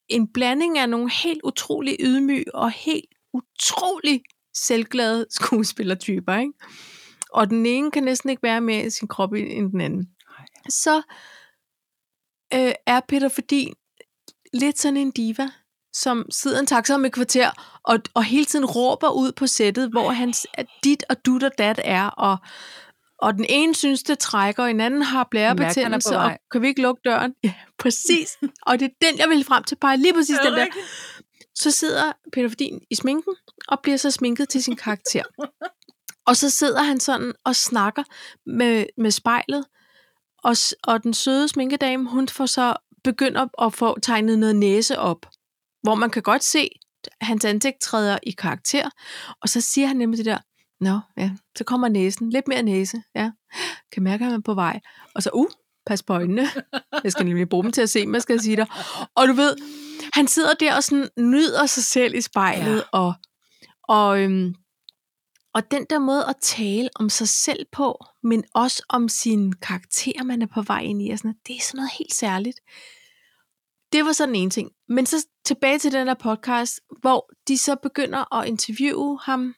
S1: en blanding af nogle helt utrolig ydmyge og helt utrolig selvglade [laughs] skuespillertyper, ikke? Og den ene kan næsten ikke være mere i sin krop end den anden.
S2: Nej.
S1: Så øh, er Peter fordi lidt sådan en diva, som sidder i en taxa om et kvarter, og, og hele tiden råber ud på sættet, hvor hans at dit og dut og dat er, og, og den ene synes, det trækker, og den anden har blærebetændelse, og
S2: vej.
S1: kan vi ikke lukke døren? Ja, præcis. og det er den, jeg vil frem til, bare lige
S2: [laughs]
S1: præcis den der. Så sidder Peter Fordin i sminken, og bliver så sminket til sin karakter. og så sidder han sådan og snakker med, med spejlet, og, s- og den søde sminkedame, hun får så begynder at få tegnet noget næse op, hvor man kan godt se, at hans ansigt træder i karakter, og så siger han nemlig det der, nå, ja, så kommer næsen, lidt mere næse, ja, kan mærke, at han er på vej, og så, uh, pas på øjnene, jeg skal nemlig bruge dem til at se, hvad skal jeg sige dig, og du ved, han sidder der og sådan nyder sig selv i spejlet, ja. og, og, øhm, og den der måde at tale om sig selv på, men også om sin karakter, man er på vej ind i, og sådan, noget, det er sådan noget helt særligt. Det var sådan en ting. Men så tilbage til den der podcast, hvor de så begynder at interviewe ham,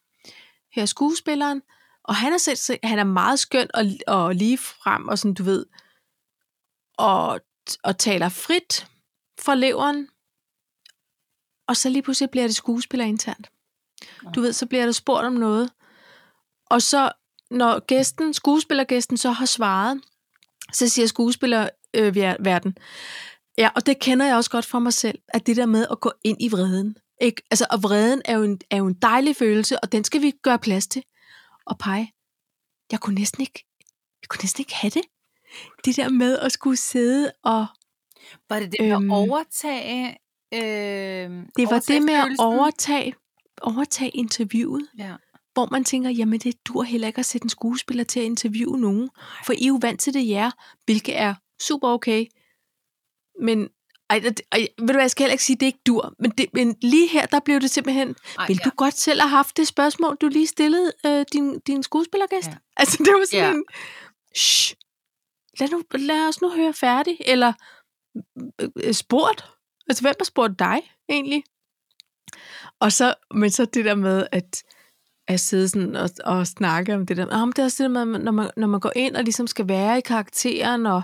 S1: her skuespilleren, og han er, selv, han er meget skøn og, og lige frem og sådan, du ved, og, og taler frit fra leveren, og så lige pludselig bliver det skuespiller internt. Du ved, så bliver der spurgt om noget, og så når gæsten, skuespillergæsten så har svaret, så siger skuespillerverden, ja, og det kender jeg også godt fra mig selv, at det der med at gå ind i vreden, ikke? Altså, og vreden er jo, en, er jo en dejlig følelse, og den skal vi gøre plads til. Og pege, jeg kunne næsten ikke, jeg kunne næsten ikke have det. Det der med at skulle sidde og
S2: Var det det med
S1: Øhm,
S2: at overtage... Øh,
S1: Det var det med at
S2: overtagelsen?
S1: overtage, overtage interviewet,
S2: Ja.
S1: hvor man tænker, jamen det dur heller ikke at sætte en skuespiller til at interviewe nogen, for I er jo vant til det jer, hvilket er super okay. Men ej, det- ej, ved du hvad, jeg skal heller ikke sige, at det ikke dur, men, det, men lige her, der blev det simpelthen,
S2: Ej,
S1: vil
S2: ja.
S1: du godt selv have haft det spørgsmål, du lige stillede øh, din, din skuespillergæst?
S2: Ja.
S1: Altså det var sådan
S2: Ja.
S1: ja. en, shh, lad, nu, lad os nu høre færdig, eller øh, øh, spurgt. Altså hvem har spurgt dig egentlig? Og så, men så det der med, at at sidde sådan og, og snakke om det der. Om det er også det der med, når man, når man går ind og ligesom skal være i karakteren, og,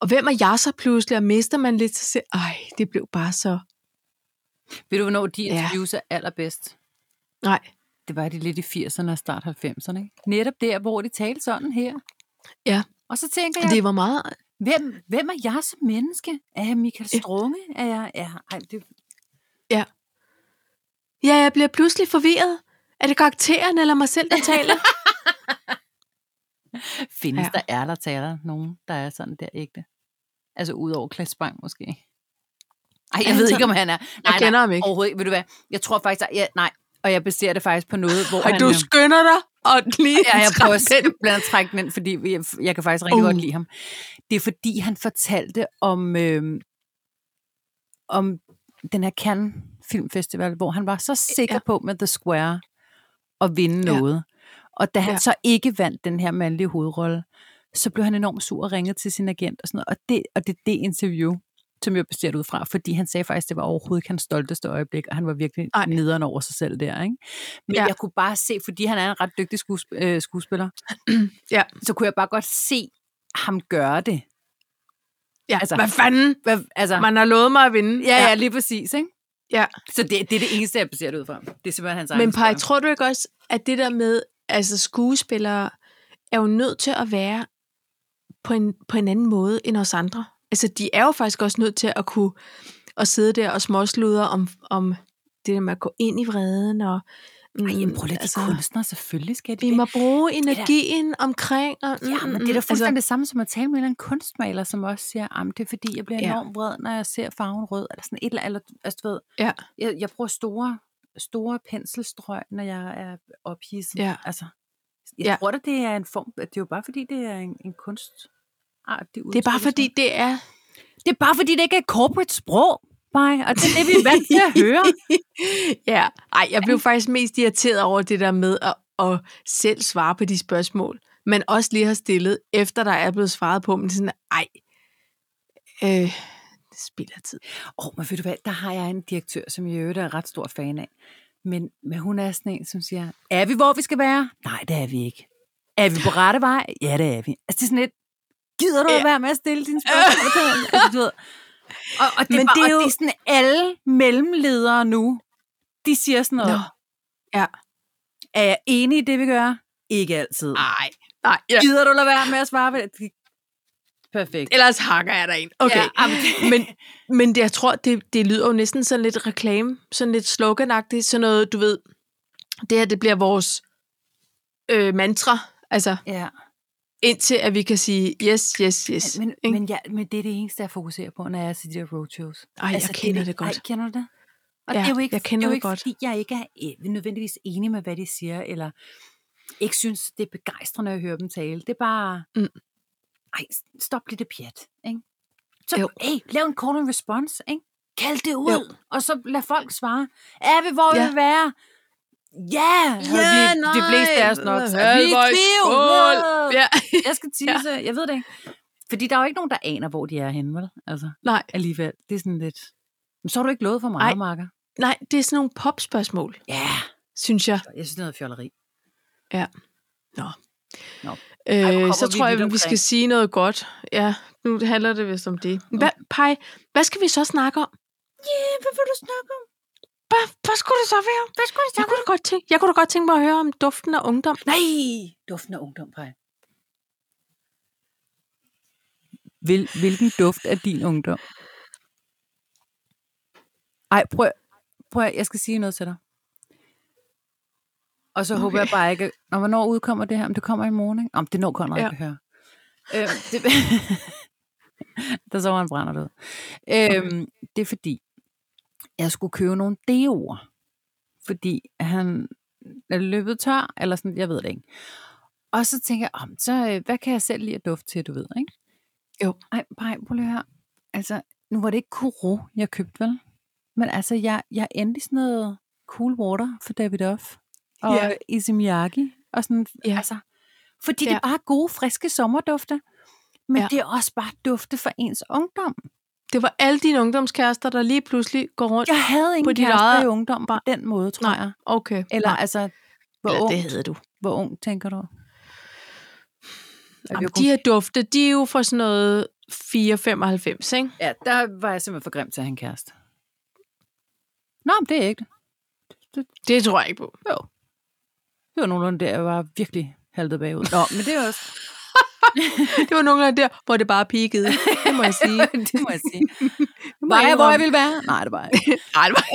S1: og hvem er jeg så pludselig, og mister man lidt sig selv. Ej, det blev bare så...
S2: Ved du, hvornår de
S1: Ja.
S2: interviews er allerbedst?
S1: Nej,
S2: Det var de lidt i 80'erne og start 90'erne. Ikke? Netop der, hvor de talte sådan her.
S1: Ja.
S2: Og så tænker
S1: ja.
S2: jeg, det...
S1: det var meget...
S2: hvem, hvem er jeg som menneske? Er jeg Michael
S1: Ja.
S2: Strunge? Er jeg... Ja, ej, det...
S1: Ja, [laughs] jeg bliver pludselig forvirret. Er det karakteren eller mig selv, der taler?
S2: Findes
S1: Ja.
S2: ja. der er der taler nogen, der er sådan der ægte? Altså udover Klas Bang måske. Ej, jeg
S1: han
S2: ved
S1: sådan?
S2: ikke, om han er.
S1: Jeg
S2: Nej, nej,
S1: kender ham ikke.
S2: overhovedet ikke. Ved du hvad? Jeg tror faktisk, at, ja, nej. Og jeg baserer det faktisk på noget, hvor
S1: Ej,
S2: han...
S1: du
S2: øh,
S1: skynder dig, og lige
S2: [laughs] Ja, jeg prøver
S1: træk den.
S2: simpelthen at trække den ind, fordi jeg, jeg kan faktisk rigtig
S1: Uh.
S2: uh. godt lide ham. Det er fordi, han fortalte om, øh, om den her Cannes Filmfestival, hvor han var så sikker
S1: Ja.
S2: ja. på med The Square at vinde
S1: Ja.
S2: ja. noget. Og da han
S1: Ja.
S2: ja. så ikke vandt den her mandlige hovedrolle, så blev han enormt sur og ringede til sin agent og sådan noget. Og det, og det er det interview, som jeg baserer det ud fra, fordi han sagde faktisk, at det var overhovedet ikke hans stolteste øjeblik, og han var virkelig
S1: Ej.
S2: Ej. nederen over sig selv der. Ikke? Men
S1: Ja.
S2: ja. jeg kunne bare se, fordi han er en ret dygtig skuesp- øh, skuespiller,
S1: Ja.
S2: så kunne jeg bare godt se ham gøre det.
S1: Ja, altså,
S2: Altså-
S1: hvad fanden?
S2: Hvad, altså,
S1: Man har lovet mig at vinde.
S2: ja, ja, lige præcis. Ikke?
S1: Ja.
S2: Så det, det er det eneste, jeg baserer det ud fra. Det er simpelthen hans egen
S1: Men Paj,
S2: historie.
S1: tror du ikke også, at det der med, altså skuespillere er jo nødt til at være på en, på en anden måde end os andre? Altså, de er jo faktisk også nødt til at kunne at sidde der og småsludre om, om det der med at gå ind i vreden og... Mm,
S2: Ej, jamen, prøv lige, altså, kunstnere selvfølgelig skal de
S1: vi
S2: det.
S1: må bruge
S2: da-
S1: energien omkring... Og, mm,
S2: Ja, men det
S1: mm,
S2: er da
S1: altså,
S2: fuldstændig altså, det samme som at tale med en eller anden kunstmaler, som også siger, at det er fordi, jeg bliver
S1: Ja.
S2: enormt vred, når jeg ser farven rød, eller sådan et eller andet. Altså, du ved,
S1: Ja.
S2: jeg, jeg bruger store, store penselstrøg, når jeg er ophidset.
S1: Ja.
S2: Altså, jeg
S1: Ja.
S2: ja. tror da, det er en form, det er jo bare fordi, det er en, en kunst. Art,
S1: det er bare fordi, det er...
S2: det er bare fordi, det ikke er corporate sprog, Maja, og det er det, vi er vant til at høre.
S1: ja, ej, jeg blev faktisk mest irriteret over det der med at, at selv svare på de spørgsmål, man også lige har stillet, efter der er blevet svaret på, men sådan, ej, øh, det spilder tid.
S2: [laughs] Åh, oh, men ved du hvad, der har jeg en direktør, som jeg i øvrigt er ret stor fan af. Men, men hun er sådan en, som siger, er vi hvor vi skal være? Nej, det er vi ikke. Er vi på rette vej? Ja, det er vi. Altså det er sådan lidt, gider du
S1: Ja.
S2: at være med at stille dine spørgsmål? til?" altså, du ved. [laughs] Og, og, det,
S1: Men
S2: men bare,
S1: det
S2: det
S1: er jo-
S2: og det er sådan, alle mellemledere nu, de siger sådan noget.
S1: Nå. Ja.
S2: Er jeg enig i det, vi gør? Ikke altid.
S1: Nej, nej, ja.
S2: Gider du at lade være med at svare på det? Perfekt.
S1: ellers hakker jeg dig en. Okay,
S2: Ja,
S1: ja,
S2: jamen, det-
S1: men, men det- jeg tror, det, det lyder jo næsten sådan lidt reklame, sådan lidt sloganagtigt, sådan noget, du ved, det her, det bliver vores øh, mantra, altså
S2: [laughs] Ja.
S1: indtil at vi kan sige yes, yes, yes.
S2: Men,
S1: ikke?
S2: men, ja, men det er det eneste, jeg fokuserer på, når jeg er til de der roadshows.
S1: Ej, jeg kender det godt.
S2: Altså, Ej, kender du det? Og
S1: Ja,
S2: ja, det er jo ikke,
S1: jeg kender
S2: det, er jo
S1: det
S2: ikke
S1: godt.
S2: fordi jeg ikke er øh, nødvendigvis enig med, hvad de siger, eller ikke synes, det er begejstrende at høre dem tale. Det er bare...
S1: Mm.
S2: Ej, s- stop lidt det pjat, ikke? Så
S1: Jo.
S2: hey, lav en call and response, ikke? Kald det ud,
S1: Jo.
S2: jo. og så lad folk svare. Er vi, hvor
S1: Ja.
S2: ja. vi vil være? Ja!
S1: Ja,
S2: havde vi, De
S1: nej.
S2: fleste af os nok. sagt, Vi er i
S1: Halvvejs.
S2: tvivl!
S1: Skål.
S2: Yeah.
S1: Ja.
S2: Jeg skal tisse. Ja. Jeg ved det ikke. Fordi der er jo ikke nogen, der aner, hvor de er henne, vel? Altså,
S1: Nej,
S2: alligevel. Det er sådan lidt... Men så har du ikke lovet for meget,
S1: Ej.
S2: Ej. Marker.
S1: nej, det er sådan nogle popspørgsmål,
S2: Ja,
S1: synes jeg.
S2: jeg synes, det er noget fjolleri.
S1: Øh,
S2: hopper
S1: så
S2: vi
S1: tror jeg,
S2: vidt
S1: vi skal
S2: omkring.
S1: sige noget godt. Ja, nu handler det vist om det. Hvad, Paj, hvad skal vi så snakke om?
S2: Ja, hvad vil du snakke om?
S1: Hvad, hvad skulle det så være?
S2: Hvad skulle
S1: Jeg kunne, da godt tænke, jeg kunne da godt tænke mig at høre om duften af ungdom.
S2: Nej! Duften af ungdom, Paj. Hvil, hvilken duft er din ungdom? Ej, prøv, prøv at- jeg skal sige noget til dig. Og så okay. håber
S1: Okay.
S2: jeg bare ikke... at- Nå, hvornår udkommer det her? Om det kommer i morgen, ikke? Om det når Conrad
S1: Ja.
S2: ja. ikke at høre. Øhm, det, [laughs] der så var en brænder ud. Øhm, det er fordi, jeg skulle købe nogle deoer. Fordi han er løbet tør, eller sådan, jeg ved det ikke. Og så tænker jeg, om så, øh, hvad kan jeg selv lige at dufte til, du ved, ikke?
S1: Jo.
S2: Ej, bare prøv lige her. Altså, nu var det ikke Kuro, jeg købte, vel? Men altså, jeg, jeg endte i sådan noget cool water for David Off. Og
S1: Ja.
S2: ja. Izzy Miyagi. Og sådan,
S1: Ja.
S2: ja. altså, fordi ja. det
S1: Ja.
S2: er bare gode, friske sommerdufte. Men
S1: Ja.
S2: ja. det er også bare dufte for ens ungdom.
S1: Det var alle dine ungdomskærester, der lige pludselig går rundt.
S2: Jeg havde ingen
S1: dit
S2: kærester
S1: eget-
S2: i ungdom på den måde, tror
S1: Nej.
S2: Nej. jeg.
S1: Okay.
S2: Eller
S1: Nej,
S2: altså, hvor,
S1: eller
S2: ung,
S1: det havde du.
S2: hvor ung tænker du? Er det
S1: Jamen,
S2: jo
S1: de her dufte, de er jo fra sådan noget 4,95, ikke?
S2: Ja, der var jeg simpelthen for grim til at have en kæreste. Nå, men det er ikke det.
S1: Det tror jeg ikke på.
S2: Jo. Det var nogenlunde der, jeg var virkelig haltet bagud. Nå, men det er også...
S1: [laughs] Det var nogle gange der, hvor det bare peakede. Det må jeg sige.
S2: [laughs] det må jeg sige.
S1: Det må
S2: Var jeg,
S1: indrømme.
S2: hvor jeg ville være? Nej, det var jeg ikke.
S1: Ej, det var-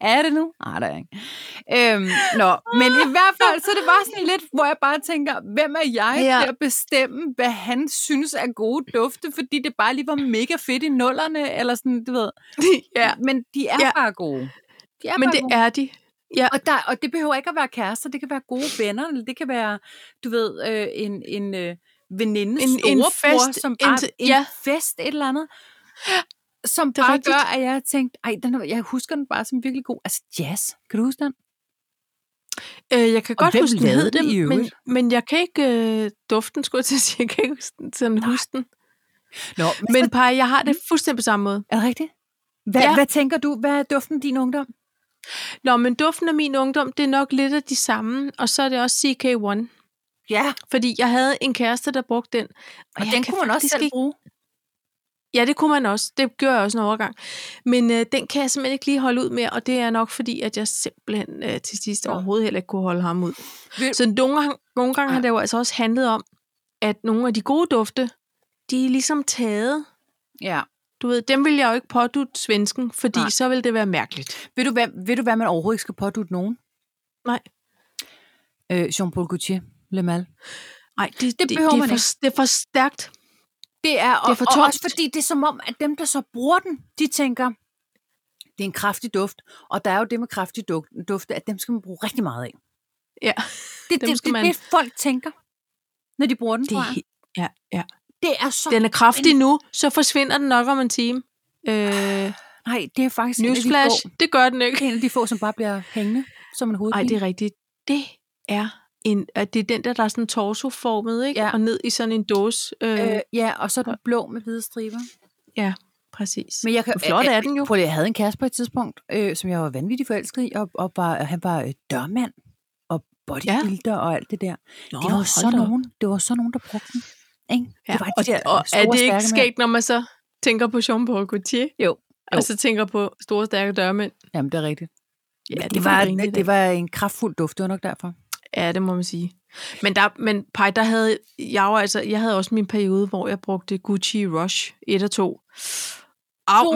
S2: Er det nu? Nej, det er jeg ikke. Øhm, nå, men i hvert fald, så er det bare sådan lidt, hvor jeg bare tænker, hvem er jeg ja.
S1: Ja.
S2: til at bestemme, hvad han synes er gode dufte, fordi det bare lige var mega fedt i nullerne, eller sådan, du ved.
S1: [laughs] ja.
S2: Men de er ja.
S1: Ja.
S2: bare gode. De er
S1: Men
S2: bare
S1: det
S2: gode.
S1: er de. Ja,
S2: Og, der, og det behøver ikke at være kærester, det kan være gode venner, eller det kan være, du ved, øh, en, en øh, veninde, en,
S1: En- en
S2: en fest,
S1: fest,
S2: som
S1: en-
S2: bare, en, en ja.
S1: ja.
S2: fest, et eller andet, som
S1: Det er
S2: bare rigtigt.
S1: rigtigt.
S2: gør, at jeg har tænkt, ej, den, er- jeg husker den bare som virkelig god. Altså jazz, kan du huske den?
S1: øh, jeg kan
S2: Og
S1: godt
S2: hvem
S1: huske, den
S2: lavede
S1: hed
S2: den i
S1: det, men,
S2: øvrigt?
S1: men jeg kan ikke øh, duften, skulle jeg til at sige. Jeg kan ikke sådan- sådan huske den.
S2: Nå,
S1: Men par, jeg har det fuldstændig på samme måde.
S2: er det rigtigt? Hvad, ja.
S1: Ja.
S2: hvad tænker du, hvad er duften din ungdom?
S1: Nå, men duften af min ungdom, det er nok lidt af de samme, og så er det også CK1.
S2: Ja,
S1: Fordi jeg havde en kæreste, der brugte den.
S2: og, og
S1: jeg
S2: den
S1: kan
S2: kunne man også
S1: faktisk
S2: selv ikke...
S1: ikke-
S2: bruge.
S1: Ja, det kunne man også. Det gør jeg også en overgang. Men øh, den kan jeg simpelthen ikke lige holde ud med, og det er nok fordi, at jeg simpelthen øh, til sidst
S2: Nå.
S1: overhovedet heller ikke kunne holde ham ud.
S2: Vil-
S1: Så nogle, gang- nogle gange har det jo altså også handlet om, at nogle af de gode dufte, de er ligesom taget.
S2: Ja.
S1: Du ved, dem vil jeg jo ikke pådutte svensken, fordi
S2: Nej.
S1: Nej. så vil det være mærkeligt.
S2: Ved du, hvad, ved du, hvad man overhovedet ikke skal pådute nogen?
S1: Nej.
S2: Øh, Jean-Paul Gaultier, Le Mal.
S1: Nej, det, det,
S2: behøver
S1: det,
S2: man
S1: er for, det er for stærkt.
S2: Det er, og,
S1: Det er for
S2: og
S1: tungt.
S2: også fordi det er som om, at dem, der så bruger den, de tænker, det er en kraftig duft. Og der er jo det med kraftig duft, dufte, at dem skal man bruge rigtig meget af.
S1: Ja.
S2: Det,
S1: Dem
S2: det,
S1: skal
S2: det,
S1: man-
S2: det, folk tænker, når de bruger den,
S1: Det
S2: tror
S1: er,
S2: jeg.
S1: he- ja, ja.
S2: Det er så...
S1: Den er kraftig nu, så forsvinder den nok om en time. Øh,
S2: Nej, det er faktisk
S1: newsflash,
S2: En, af de få,
S1: det gør den ikke.
S2: det er en af de få, som bare bliver hængende som en
S1: Nej,
S2: hovedpine.
S1: det er rigtigt. Det er en, at det er den der, der er sådan torsoformet, ikke?
S2: Ja.
S1: Ja. Og ned i sådan en dåse. Øh, øh.
S2: Øh, ja, og så er den blå med hvide striber.
S1: Ja, præcis. Men,
S2: Men jeg kan,
S1: Hvor flot er den jo.
S2: Prøv lige, jeg havde en kæreste på et tidspunkt, øh, som jeg var vanvittigt forelsket i, og, og var, han var øh, dørmand og bodybuilder ja. og alt det der.
S1: Nå,
S2: det var jo så
S1: hold da op.
S2: nogen, det var så nogen, der brugte den. Ikke?
S1: ja.
S2: Det var de
S1: og,
S2: der
S1: og
S2: store,
S1: er det ikke
S2: stærke mænd.
S1: skægt, når man så tænker på Jean-Paul Gaultier?
S2: Jo, jo.
S1: Og så tænker på store, stærke dørmænd?
S2: Jamen, det er rigtigt.
S1: Ja,
S2: det,
S1: er
S2: det, var,
S1: fandme rimeligt,
S2: det var en kraftfuld duft, det var nok derfor.
S1: Ja, det må man sige. Men, der, men Paj, der havde jeg jo altså, jeg havde også min periode, hvor jeg brugte Gucci Rush 1 og 2. Au, min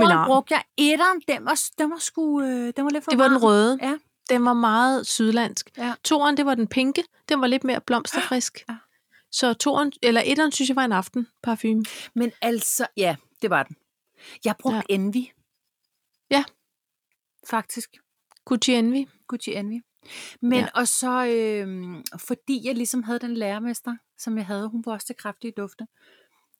S2: Toren
S1: arm.
S2: brugte jeg etteren, den var, den var sgu, øh, den var lidt for
S1: Det var den
S2: varm.
S1: røde.
S2: Ja.
S1: Den var meget sydlandsk.
S2: Ja. Ah,
S1: Toren, det var den pinke. Den var lidt mere blomsterfrisk.
S2: Ja.
S1: Så toren, eller etteren, synes jeg var en aften parfume.
S2: Men altså, ja, det var den. Jeg brugte ja. Envy.
S1: Ja.
S2: Faktisk.
S1: Gucci Envy.
S2: Gucci Envy. Men ja.
S1: Ja.
S2: og så, øh, fordi jeg ligesom havde den lærermester, som jeg havde, hun var også til kraftige dufte,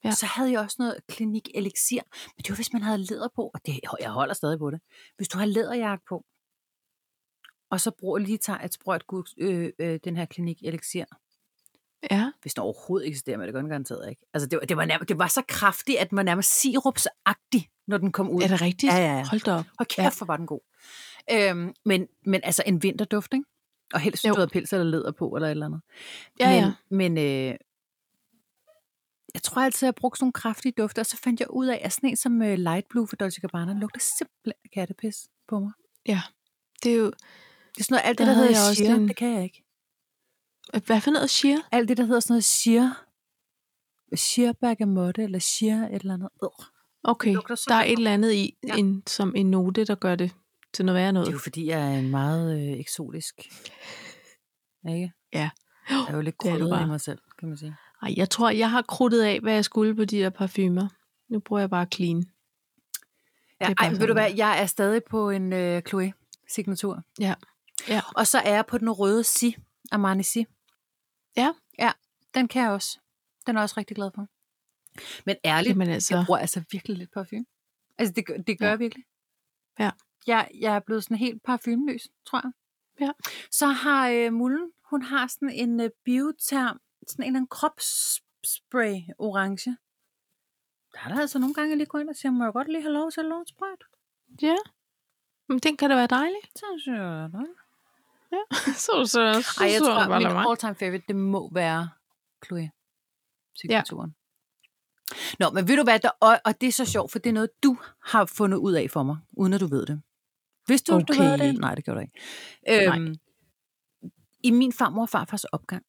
S2: ja.
S1: Ja.
S2: så havde jeg også noget klinik elixir. Men det var, hvis man havde læder på, og det, jeg holder stadig på det. Hvis du har læderjakke på, og så bruger lige tager et sprøjt gu- øh, øh, den her klinik elixir,
S1: Ja.
S2: hvis den overhovedet eksisterer, men det gør den garanteret ikke. Altså, det, var- det, var, nærmest, det var så kraftigt, at man nærmest sirupsagtig, når den kom ud.
S1: Er det rigtigt?
S2: Ja, ja, ja.
S1: Hold da op.
S2: Hold kæft,
S1: Ja.
S2: hvor var den god. Øhm, men, men altså en vinterduft, ikke? Og helst, hvis
S1: Jo.
S2: du havde pels eller læder på, eller et eller andet.
S1: Ja,
S2: men,
S1: ja.
S2: Men øh, jeg tror altid, jeg har brugt sådan nogle kraftige dufter, og så fandt jeg ud af, at sådan en som øh, Light Blue for Dolce Gabbana lugter simpelthen af kattepis på mig.
S1: Det er jo,
S2: Det er sådan noget, alt
S1: Der
S2: det, der, der
S1: havde
S2: hedder
S1: jeg også
S2: sheer,
S1: en-
S2: det kan jeg ikke.
S1: hvad for noget siger?
S2: Alt det, der hedder sådan noget sheer, sheer bergamotte, eller sheer et eller andet. Øh.
S1: Okay,
S2: lugter så
S1: der er
S2: godt.
S1: et eller andet i,
S2: Ja.
S1: ja. en, som en note, der gør det til noget værre
S2: Det er
S1: noget.
S2: jo fordi, jeg er en meget øh, eksotisk. Ikke?
S1: Ja.
S2: Jeg er jo lidt
S1: Det er du
S2: krydret i
S1: bare.
S2: mig selv, kan man sige.
S1: Ej, jeg tror, jeg har krudtet af, hvad jeg skulle på de der parfumer. Nu bruger jeg bare clean.
S2: Ja,
S1: Det er bare
S2: ej, ved
S1: sådan,
S2: du hvad,
S1: det
S2: jeg er stadig på en øh, Chloe-signatur.
S1: Ja. Ja.
S2: Og så er jeg på den røde Si, Armani Si.
S1: Ja.
S2: Ja, den kan jeg også. Den er jeg også rigtig glad for. Men ærligt,
S1: Jamen
S2: jeg
S1: altså,
S2: bruger altså virkelig lidt parfume. Altså, det, gør- det gør ja.
S1: Ja.
S2: jeg virkelig.
S1: Ja.
S2: Jeg, jeg er blevet sådan helt parfumeløs, tror jeg.
S1: Ja.
S2: Så har øh, Mullen, hun har sådan en øh, bioterm, sådan en eller anden kropsspray orange. Der er der altså nogle gange, jeg lige går ind og siger, må jeg godt lige have lov til at låne et sprøjt?
S1: ja. Men den kan da være
S2: [laughs]
S1: dejlig.
S2: Så synes jeg, nej.
S1: så så, så,
S2: Ej, jeg
S1: så,
S2: tror,
S1: var
S2: min
S1: der mig.
S2: all-time favorite, det må være Chloe. Signaturen. Ja. Nå, men ved du hvad, der, og, og det er så sjovt, for det er noget, du har fundet ud af for mig, uden at du ved det. Vidste du, okay. du ved
S1: Okay.
S2: det? Nej, det gjorde du ikke.
S1: Nej.
S2: Øhm, I min farmor og farfars opgang,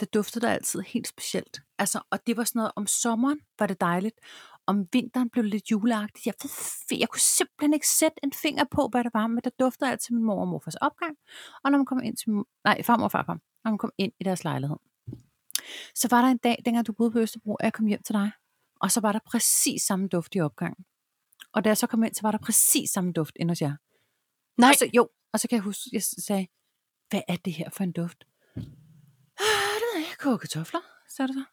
S2: der duftede der altid helt specielt. Altså, og det var sådan noget, om sommeren var det dejligt, om vinteren blev det lidt juleagtigt. Jeg, ved, f- jeg kunne simpelthen ikke sætte en finger på, hvad der var, men der dufter alt til min mor og morfars opgang. Og når man kom ind til, min- nej, farmor og farfar, når man kom ind i deres lejlighed. Så var der en dag, dengang du boede på Østerbro, og jeg kom hjem til dig. Og så var der præcis samme duft i opgangen. Og da jeg så kom ind, så var der præcis samme duft ind hos jer.
S1: Nej,
S2: Og så, jo, og så kan jeg huske, jeg s- sagde, hvad er det her for en duft? Ah, det ved jeg, koger kartofler, sagde du så.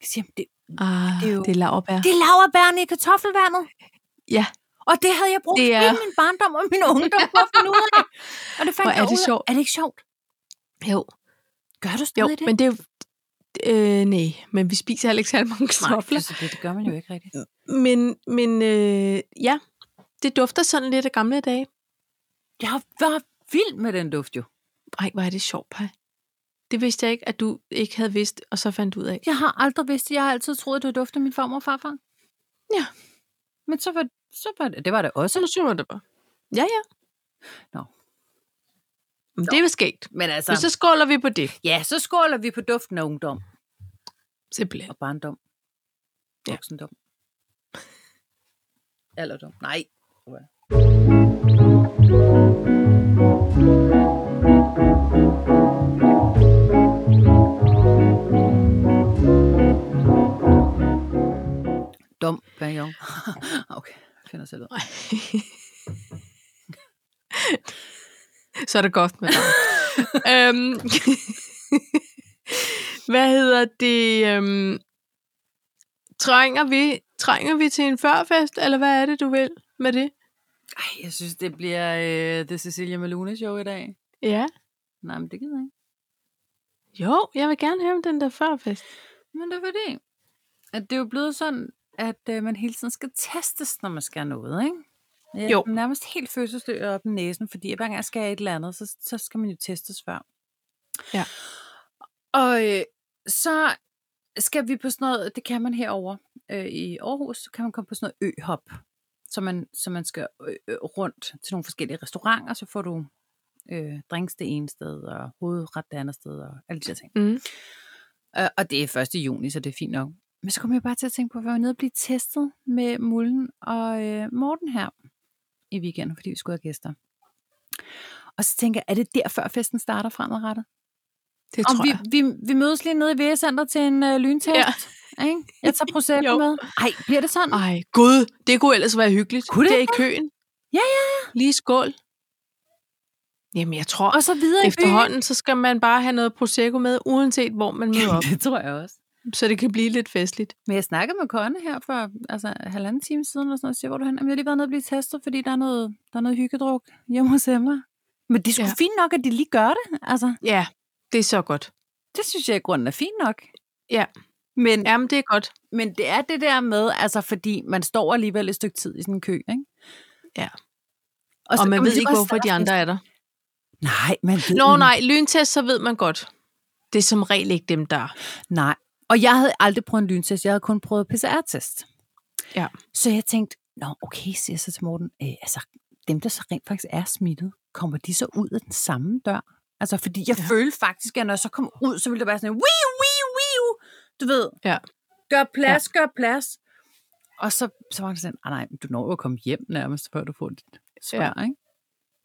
S2: Jeg siger, "Men det,
S1: ah,
S2: det er jo-
S1: det er lavbær.
S2: det er laverbærne i kartoffelvandet.
S1: Ja.
S2: Og det havde jeg brugt
S1: Det
S2: det
S1: er-
S2: er... hele min barndom og min ungdom på at finde ud af. Og det fandt
S1: Hvor er
S2: jeg
S1: det
S2: ud af.
S1: sjovt.
S2: Er det ikke sjovt?
S1: Jo,
S2: Gør du
S1: jo
S2: stadig det?
S1: men det er jo... Øh, nej, men vi spiser heller ikke særlig mange kartofler.
S2: Nej, altså, det, det gør man jo ikke rigtigt.
S1: Men, men øh, ja, det dufter sådan lidt af gamle dage.
S2: Jeg var vild med den duft jo.
S1: Ej, hvor er det sjovt, Paj. Det vidste jeg ikke, at du ikke havde vidst, og så fandt du ud af.
S2: Jeg har aldrig vidst det. Jeg har altid troet, at det duftede min farmor og farfar.
S1: Ja.
S2: Men så var, så var det, det var det også.
S1: Sådan synes det bare. Ja, ja.
S2: Nå.
S1: Men det er jo skægt.
S2: Men altså,
S1: Men så skåler vi på det.
S2: ja, så skåler vi på duften af ungdom
S1: Simpelthen.
S2: og barndom.
S1: Ja.
S2: Voksendom. Alderdom. Nej. Dom, bagom. [laughs] okay, jeg finder selv ud.
S1: Ej. så er det godt med dig. øhm, hvad hedder det? Øhm, trænger, vi, trænger vi til en førfest, eller hvad er det, du vil med det?
S2: Ej, jeg synes, det bliver øh, The Cecilia Malone Show i dag.
S1: Ja.
S2: Nej, men det gider jeg ikke.
S1: Jo, jeg vil gerne have om den der førfest.
S2: Men det er fordi, at det er jo blevet sådan, at øh, man hele tiden skal testes, når man skal noget, ikke? Jeg
S1: Jo.
S2: er nærmest helt fødselsdød op i næsen, fordi hver gang jeg skal et eller andet, så, så skal man jo testes før.
S1: Ja.
S2: Og øh, så skal vi på sådan noget, det kan man herover øh, i Aarhus, så kan man komme på sådan noget øhop, så man, så man skal øh, øh, rundt til nogle forskellige restauranter, så får du øh, drinks det ene sted, og hovedret det andet sted, og alle de der ting.
S1: Mm.
S2: Øh, Og det er 1. juni, så det er fint nok. Men så kom jeg bare til at tænke på, at jeg var nede og blive testet med Mullen og øh, Morten her i weekenden, fordi vi skulle have gæster. Og så tænker jeg, er det der, før festen starter fremadrettet?
S1: Det
S2: Om vi, vi, vi mødes lige nede i VS-center til en øh, lyntest. Ja. Ikke? Jeg tager
S1: Jo.
S2: procenten med. Ej, bliver det sådan?
S1: Ej, gud, det kunne ellers være hyggeligt.
S2: Kunne det
S1: det er i køen.
S2: Ja,
S1: ja. Lige skål. Jamen, jeg tror,
S2: Og så videre i
S1: efterhånden, så skal man bare have noget Prosecco med, uanset hvor man møder op,
S2: byen. [laughs] Det tror jeg også.
S1: så det kan blive lidt festligt.
S2: Men jeg snakkede med Conne her for altså, halvanden time siden, og sådan noget, og siger, hvor er du hen? Jamen, jeg har lige været nede og blive testet, fordi der er noget, der er noget hyggedruk hjemme hos Emma. Men det er sgu
S1: Ja.
S2: ja. fint nok, at de lige gør det. Altså,
S1: Ja, det er så godt.
S2: det synes jeg i grunden er fint nok.
S1: Ja.
S2: Men, ja.
S1: Jamen, det er godt.
S2: men det er det der med, altså, fordi man står alligevel et stykke tid i sådan en kø, ikke?
S1: Ja.
S2: Og,
S1: Og man ved
S2: så
S1: ikke,
S2: også
S1: hvorfor de andre er der. Mm.
S2: Nej, man ved
S1: Nå
S2: ikke.
S1: nej, lyntest, så ved man godt. Det er som regel ikke dem, der er.
S2: Nej. Og jeg havde aldrig prøvet en lyntest. Jeg havde kun prøvet PCR-test.
S1: Ja.
S2: Så jeg tænkte, nå okay, siger jeg så til Morten, øh, altså dem, der så rent faktisk er smittet, kommer de så ud af den samme dør? Altså, fordi jeg
S1: Ja.
S2: ja. følte faktisk, at når jeg så kom ud, så ville det være sådan en, wiu, wiu, wiu, du ved,
S1: Ja.
S2: gør plads, ja. gør plads. Og så, så var han sådan, ah, nej, du når jo at komme hjem nærmest, før du får dit svar, ja. ikke?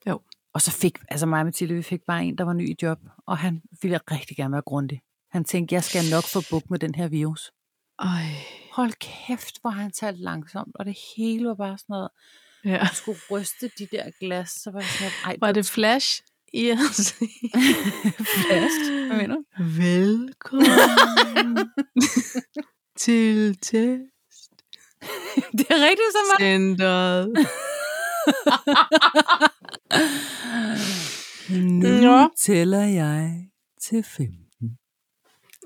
S1: Jo.
S2: Og så fik, altså mig og Mathilde, vi fik bare en, der var ny i job, og han ville rigtig gerne være grundig. Han tænkte, jeg skal nok få buk med den her virus.
S1: Ej,
S2: Hold kæft, hvor han talte langsomt, og det hele var bare sådan noget.
S1: ja.
S2: Jeg skulle ryste de der glas, så var jeg sådan noget, ej,
S1: Var det flash? Yes.
S2: fast? Hvad mener du?
S1: [laughs] Velkommen til
S2: [laughs] Det er rigtigt, så meget.
S1: testcenteret.
S2: Nu tæller jeg til fem.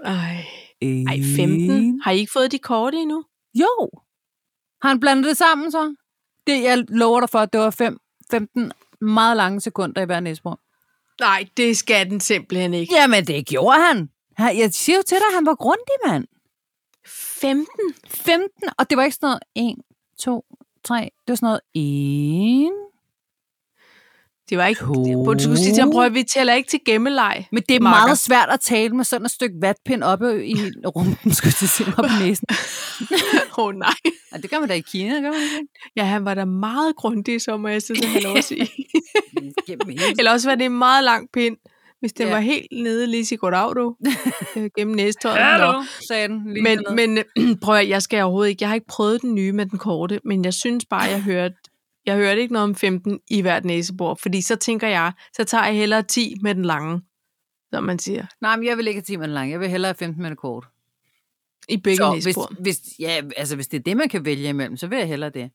S1: Ej. Ej, 15. Har I ikke fået de korte endnu?
S2: Jo. Har han blandet det sammen så? Det, jeg lover dig for, at det var 5, 15 meget lange sekunder i hver næsebor.
S1: Nej, det skal den simpelthen ikke.
S2: Jamen, det gjorde han. Han- Jeg siger jo til dig, at han var grundig, mand.
S1: 15?
S2: 15, og det var ikke sådan noget 1, 2, 3. Det var sådan noget 1.
S1: Det var ikke...
S2: To.
S1: Du skulle sige til ham, prøv at vi tæller ikke til gemmeleg. [laughs]
S2: Men det er
S1: Marker.
S2: [laughs] meget svært at tale med sådan et stykke vatpind oppe i rumpen, skulle jeg til at sige, oppe i næsen.
S1: Åh oh, nej.
S2: Ja, det gør man da i Kina, gør man ikke?
S1: Ja, han var da meget grundig, så må jeg sige, han [laughs] lov at sige.
S2: Gennem hele
S1: [laughs] Eller også var det en meget lang pind, hvis den
S2: Ja.
S1: ja. var helt nede lige i Godaudo
S2: [laughs]
S1: øh, gennem næstøjet. Nå.
S2: Hallo, sagde den lige
S1: Men,
S2: dernede.
S1: men [clears throat] øh, prøv at, høre, jeg skal overhovedet ikke, jeg har ikke prøvet den nye med den korte, men jeg synes bare, jeg hørte, jeg hørte ikke noget om 15 i hvert næsebord, fordi så tænker jeg, så tager jeg hellere 10 med den lange, som man siger,
S2: Nej, men jeg vil ikke have 10 minutter lang. Jeg vil hellere have 15 minutter kort.
S1: i begge
S2: Så hvis,
S1: næsebord.
S2: hvis, ja, altså, hvis det er det, man kan vælge imellem, så vil jeg hellere det.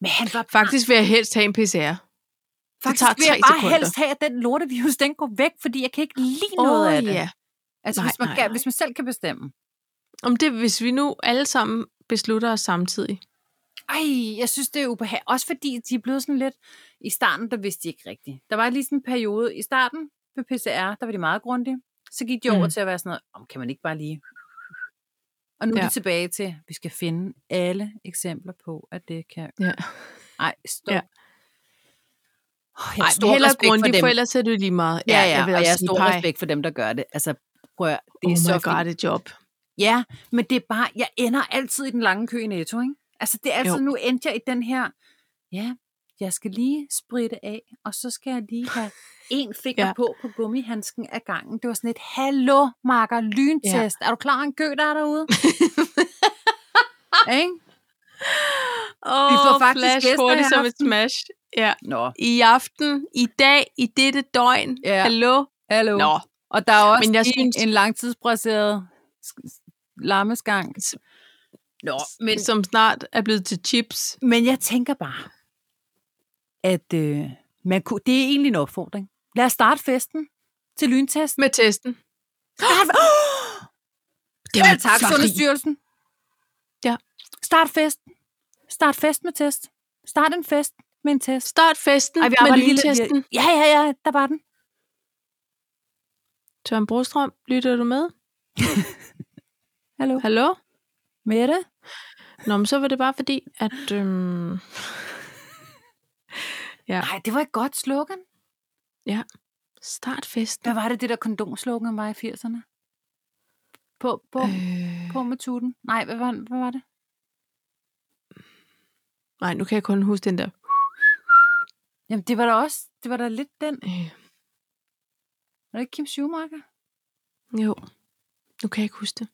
S2: Men han var
S1: Faktisk vil jeg helst have en PCR.
S2: faktisk
S1: tager
S2: vil jeg
S1: tre
S2: bare
S1: sekunder.
S2: helst have, at den lortevirus, den går væk, fordi jeg kan ikke lide
S1: Åh,
S2: noget af det.
S1: ja.
S2: Altså,
S1: Nej,
S2: hvis, man
S1: nej,
S2: kan,
S1: nej.
S2: hvis man selv kan bestemme.
S1: Om det, hvis vi nu alle sammen beslutter os samtidig.
S2: Ej, jeg synes, det er ubehageligt. Også fordi de er blevet sådan lidt... I starten, der vidste de ikke rigtigt. Der var lige sådan en periode i starten ved PCR, der var de meget grundige. Så gik de over
S1: Mm.
S2: til at være sådan noget, om kan man ikke bare lige... Og nu ja. er
S1: Ja.
S2: de tilbage til, vi skal finde alle eksempler på, at det kan...
S1: Ja.
S2: Ej, stop. Ja.
S1: Ja.
S2: Oh, jeg
S1: Nej,
S2: har stor
S1: heller
S2: respekt for
S1: grundigt,
S2: dem.
S1: for, ellers er det jo lige meget.
S2: Ja, ja, jeg
S1: vil
S2: og
S1: også
S2: jeg har
S1: sige,
S2: stor
S1: pej,
S2: respekt for dem, der gør det. Altså, prøv at, høre, det
S1: Oh
S2: er så
S1: my
S2: fint.
S1: god, et job.
S2: Ja, men det er bare, jeg ender altid i den lange kø i Netto, ikke? Altså, det er altid, jo.
S1: Jo.
S2: nu endte jeg i den her, ja, jeg skal lige spritte af, og så skal jeg lige have en finger ja.
S1: Ja.
S2: på på gummihandsken af gangen. Det var sådan et, hallo, marker, lyntest. Ja. Er du klar en kø, der er derude? ikke?
S1: Oh,
S2: Vi får faktisk
S1: flash
S2: gæster i
S1: hurtigt som et
S2: aften.
S1: smash. Ja.
S2: Nå,
S1: I aften, i dag, i dette døgn.
S2: Ja.
S1: Hallo?
S2: hallo.
S1: Nå,
S2: Og der er også
S1: Men jeg
S2: lige
S1: synes-
S2: en langtidsbraseret lammeskank.
S1: S-
S2: Nå,
S1: men som snart er blevet til chips.
S2: Men jeg tænker bare, at øh, man kunne, det er egentlig en opfordring. Lad os starte festen til lyntesten.
S1: Med testen.
S2: [gasps] Start, oh,
S1: Det
S2: ja, tak,
S1: fucking-
S2: Sundhedsstyrelsen.
S1: Ja.
S2: Start festen. Start fest med test. Start en fest med en test.
S1: Start festen Ej, med
S2: arbejder lidt-
S1: lyntesten.
S2: Ja, ja, ja, der var den.
S1: Tørn Brostrøm, lytter du med?
S2: Hallo.
S1: Hallo?
S2: Mette?
S1: Nå, men så var det bare fordi, at... Øhm... Ja.
S2: Nej, det var et godt slogan.
S1: Start festen.
S2: Hvad var det, det der kondomslogan var i 80'erne? På, på, øh.
S1: Øh...
S2: på med tuten. Nej, hvad var, hvad var det?
S1: Nej, nu kan jeg kun huske den der.
S2: Jamen, det var da også, det var da lidt den.
S1: Øh...
S2: Var det ikke Kim Schumacher?
S1: Jo. Nu kan jeg ikke huske det.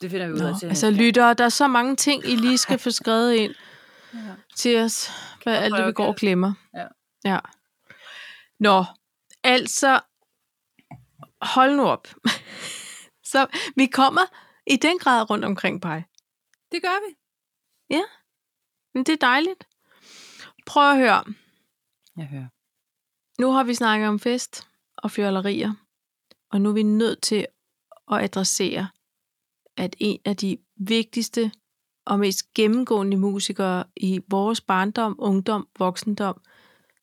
S2: Det finder vi ud
S1: Nå,
S2: af til.
S1: altså lyttere, der er så mange ting, I lige skal få skrevet ind
S2: Ja.
S1: til os. Hvad
S2: jeg
S1: alt det, vi
S2: prøve
S1: går og
S2: igen?
S1: glemmer.
S2: Ja.
S1: ja. Nå, altså, hold nu op. [laughs] så vi kommer i den grad rundt omkring pej.
S2: Det gør vi.
S1: Men det er dejligt. Prøv at høre.
S2: Jeg hører.
S1: Nu har vi snakket om fest og fjollerier, og nu er vi nødt til at adressere, at en af de vigtigste og mest gennemgående musikere i vores barndom, ungdom, voksendom,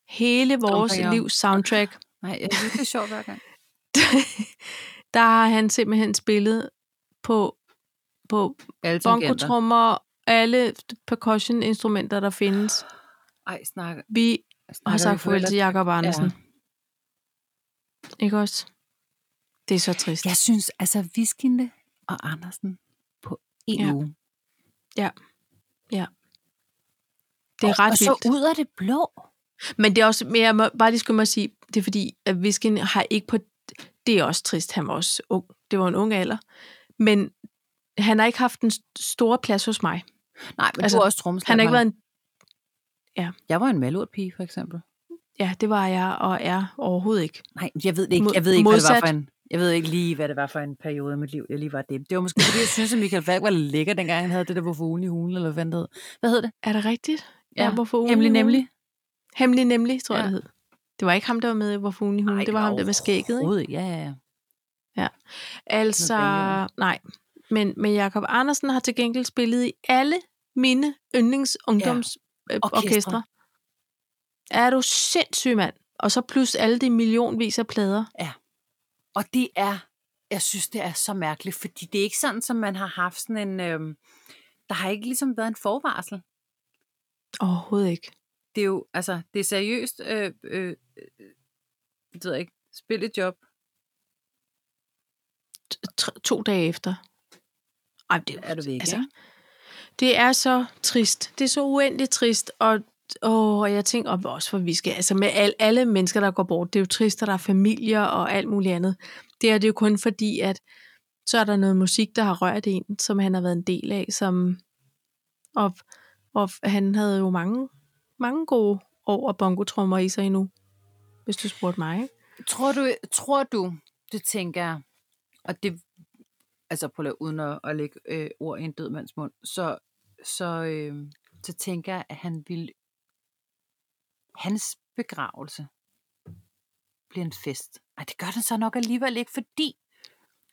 S1: hele vores
S2: Tom Perignon.
S1: livs soundtrack,
S2: Nej, jeg synes, det er sjovt hver [laughs] gang.
S1: der har han simpelthen spillet på, på
S2: Alle tangenter.
S1: bongotrummer, alle percussion-instrumenter, der findes.
S2: Ej, snak.
S1: Vi har
S2: snakker vi
S1: sagt farvel
S2: forældre?
S1: til Jakob Andersen. Ikke også? Det er så trist.
S2: Jeg synes, altså Viskinde og Andersen på E en
S1: Ja.
S2: uge.
S1: Det er
S2: Og-
S1: ret
S2: og
S1: vildt.
S2: så ud af det blå.
S1: Men det er også, men jeg må, bare lige skulle mig sige, det er fordi, at Visken har ikke på, det er også trist, han var også ung, det var en ung alder, men han har ikke haft den st- store plads hos mig.
S2: Nej, men altså,
S1: Altså,
S2: du er også tromslag.
S1: Han har ikke været en,
S2: Jeg var en malurt pige, for eksempel.
S1: ja, det var jeg og er overhovedet ikke.
S2: Nej, jeg ved det ikke.
S1: Mod-
S2: Jeg ved ikke, hvad det var
S1: modsat.
S2: for en... Jeg ved ikke lige, hvad det var for en periode i mit liv, jeg lige var det. Det var måske, fordi jeg synes, at Michael Falk var lækker, dengang han havde det der, hvorfor ugen i hulen, eller hvad det hed. Hvad hed det?
S1: Er det rigtigt?
S2: Ja,
S1: hvorfor ugen i
S2: Nemlig,
S1: Hulen?
S2: nemlig.
S1: Hemlig nemlig, tror ja.
S2: Ja.
S1: jeg, det hed. Det var ikke ham, der var med i Hvorfor
S2: Mm,
S1: hun i hulen, det var ham, der med skægget. Ikke?
S2: overhovedet ikke. Ja, ja, ja.
S1: Altså,
S2: Benjamin.
S1: nej. Men, men Jakob Andersen har til gengæld spillet i alle mine yndlings ungdoms ja.
S2: Orkestre.
S1: orkestre. Er du sindssyg, mand? Og så plus alle de millionvis af plader.
S2: Og det er, jeg synes, det er så mærkeligt, fordi det er ikke sådan, som man har haft sådan en, øhm, der har ikke ligesom været en forvarsel.
S1: Overhovedet ikke.
S2: Det er jo, altså, det er seriøst, øh, øh, øh, det ved jeg ikke, spil et job.
S1: T- tre- to dage efter. Ej, det er, jo-
S2: Er du væk,
S1: altså,
S2: ikke?
S1: Det er så trist. Det er så uendeligt trist, og Åh, og jeg tænker op også, for vi skal, altså med al, alle mennesker, der går bort, det er jo trist, at der er familier og alt muligt andet. Det er det jo kun fordi, at så er der noget musik, der har rørt en, som han har været en del af, som, og, og han havde jo mange, mange gode år og bongotrummer i sig endnu, hvis du spurgte mig. ikke?
S2: Tror du, tror du, det tænker jeg, og det, altså prøv lige, uden at, at lægge øh, ord i en død mands mund, så, så, øh, så tænker jeg, at han ville, hans begravelse bliver en fest. Ej, det gør den så nok alligevel ikke, fordi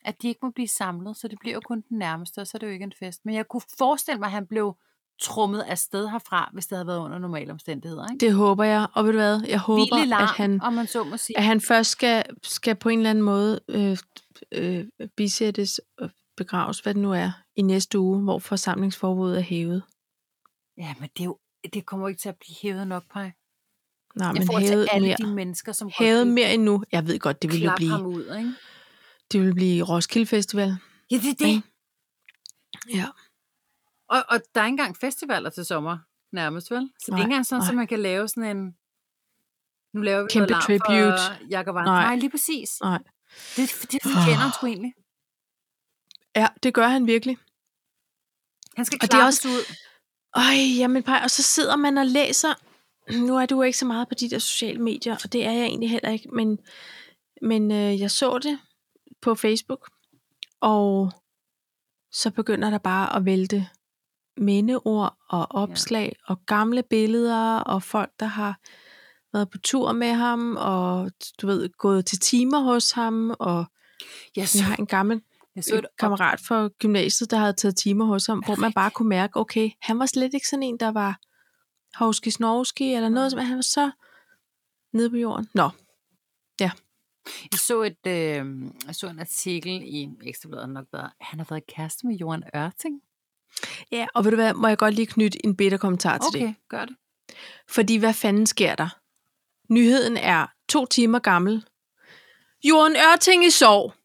S2: at de ikke må blive samlet, så det bliver jo kun den nærmeste, og så er det jo ikke en fest. Men jeg kunne forestille mig, at han blev trummet afsted herfra, hvis det havde været under normale omstændigheder. Ikke?
S1: Det håber jeg, og ved du hvad, jeg håber,
S2: Vild i larm,
S1: at han...
S2: om man så må sige.
S1: at han først skal, skal på en eller anden måde øh, øh, bisættes og begraves, hvad det nu er, i næste uge, hvor forsamlingsforbuddet er hævet.
S2: Ja, men det, er jo, det kommer jo ikke til at blive hævet nok, Paj.
S1: Nej,
S2: Jeg
S1: men
S2: får til
S1: hævet
S2: alle
S1: mere.
S2: de mennesker, som
S1: Hævet mere endnu. Jeg ved godt, det vil jo
S2: klappe ham
S1: blive,
S2: ud, ikke?
S1: det vil blive Roskilde Festival.
S2: Ja, det er det.
S1: Ikke? Ja.
S2: Og, og der er ikke engang festivaler til sommer, nærmest, vel? Så det er
S1: Nej,
S2: ikke engang sådan, at
S1: nej.
S2: man kan lave sådan en... Nu laver vi
S1: Kæmpe
S2: noget larm For
S1: tribute.
S2: Jacob nej.
S1: Nej.
S2: nej, lige præcis.
S1: Nej.
S2: Det, det fortjener han sgu egentlig.
S1: ja, det gør han virkelig.
S2: Han skal
S1: Og det er
S2: klappes
S1: også-
S2: ud.
S1: Øj, jamen pej, og så sidder man og læser. [clears throat] Nu er du jo ikke så meget på de der sociale medier, og det er jeg egentlig heller ikke, men, men øh, jeg så det på Facebook, og så begynder der bare at vælte mindeord og opslag ja. og gamle billeder og folk, der har været på tur med ham og du ved, gået til timer hos ham og
S2: Jeg så,
S1: jeg har en gammel
S2: jeg så
S1: så et
S2: et op,
S1: kammerat fra gymnasiet, der havde taget timer hos ham, hvor man bare kunne mærke, okay, han var slet ikke sådan en, der var hovski snorski eller noget, som han var så nede på jorden. Nå,
S2: jeg så, et, øh, jeg så en artikel i Ekstrabladet nok bedre. Han har været kæreste med Johan Ørting.
S1: ja, og ved du hvad, må jeg godt lige knytte en bitter kommentar til det.
S2: Okay, gør det.
S1: Fordi hvad fanden sker der? Nyheden er to timer gammel. Jorden Ørting i sorg.
S2: Og ej,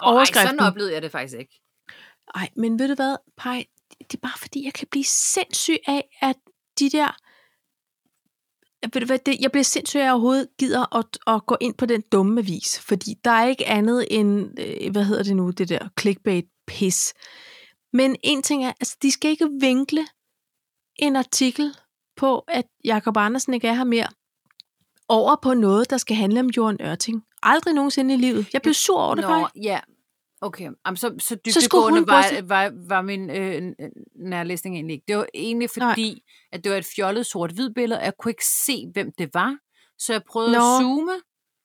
S2: sådan
S1: Overskriften.
S2: oplevede jeg det faktisk ikke.
S1: Ej, men ved du hvad, Pej, det er bare fordi, jeg kan blive sindssyg af, at de der... Jeg, ved du hvad, det, jeg bliver sindssyg af, at jeg overhovedet gider at, at gå ind på den dumme vis, fordi der er ikke andet end, øh, hvad hedder det nu, det der clickbait-pis. Men en ting er, altså, de skal ikke vinkle en artikel på, at Jakob Andersen ikke er her mere, over på noget, der skal handle om Jorden Ørting. Aldrig nogensinde i livet. Jeg blev sur over det, Paj.
S2: Nå, ja. Okay, Jamen, så, så
S1: skulle
S2: dybdegående
S1: hun gå
S2: var,
S1: til-
S2: var, var min øh, n- n- nærlæsning egentlig ikke. Det var egentlig
S1: Nej.
S2: fordi, Nej. at det var et fjollet sort-hvid billede, og jeg kunne ikke se, hvem det var. Så jeg prøvede at
S1: Nå.
S2: zoome,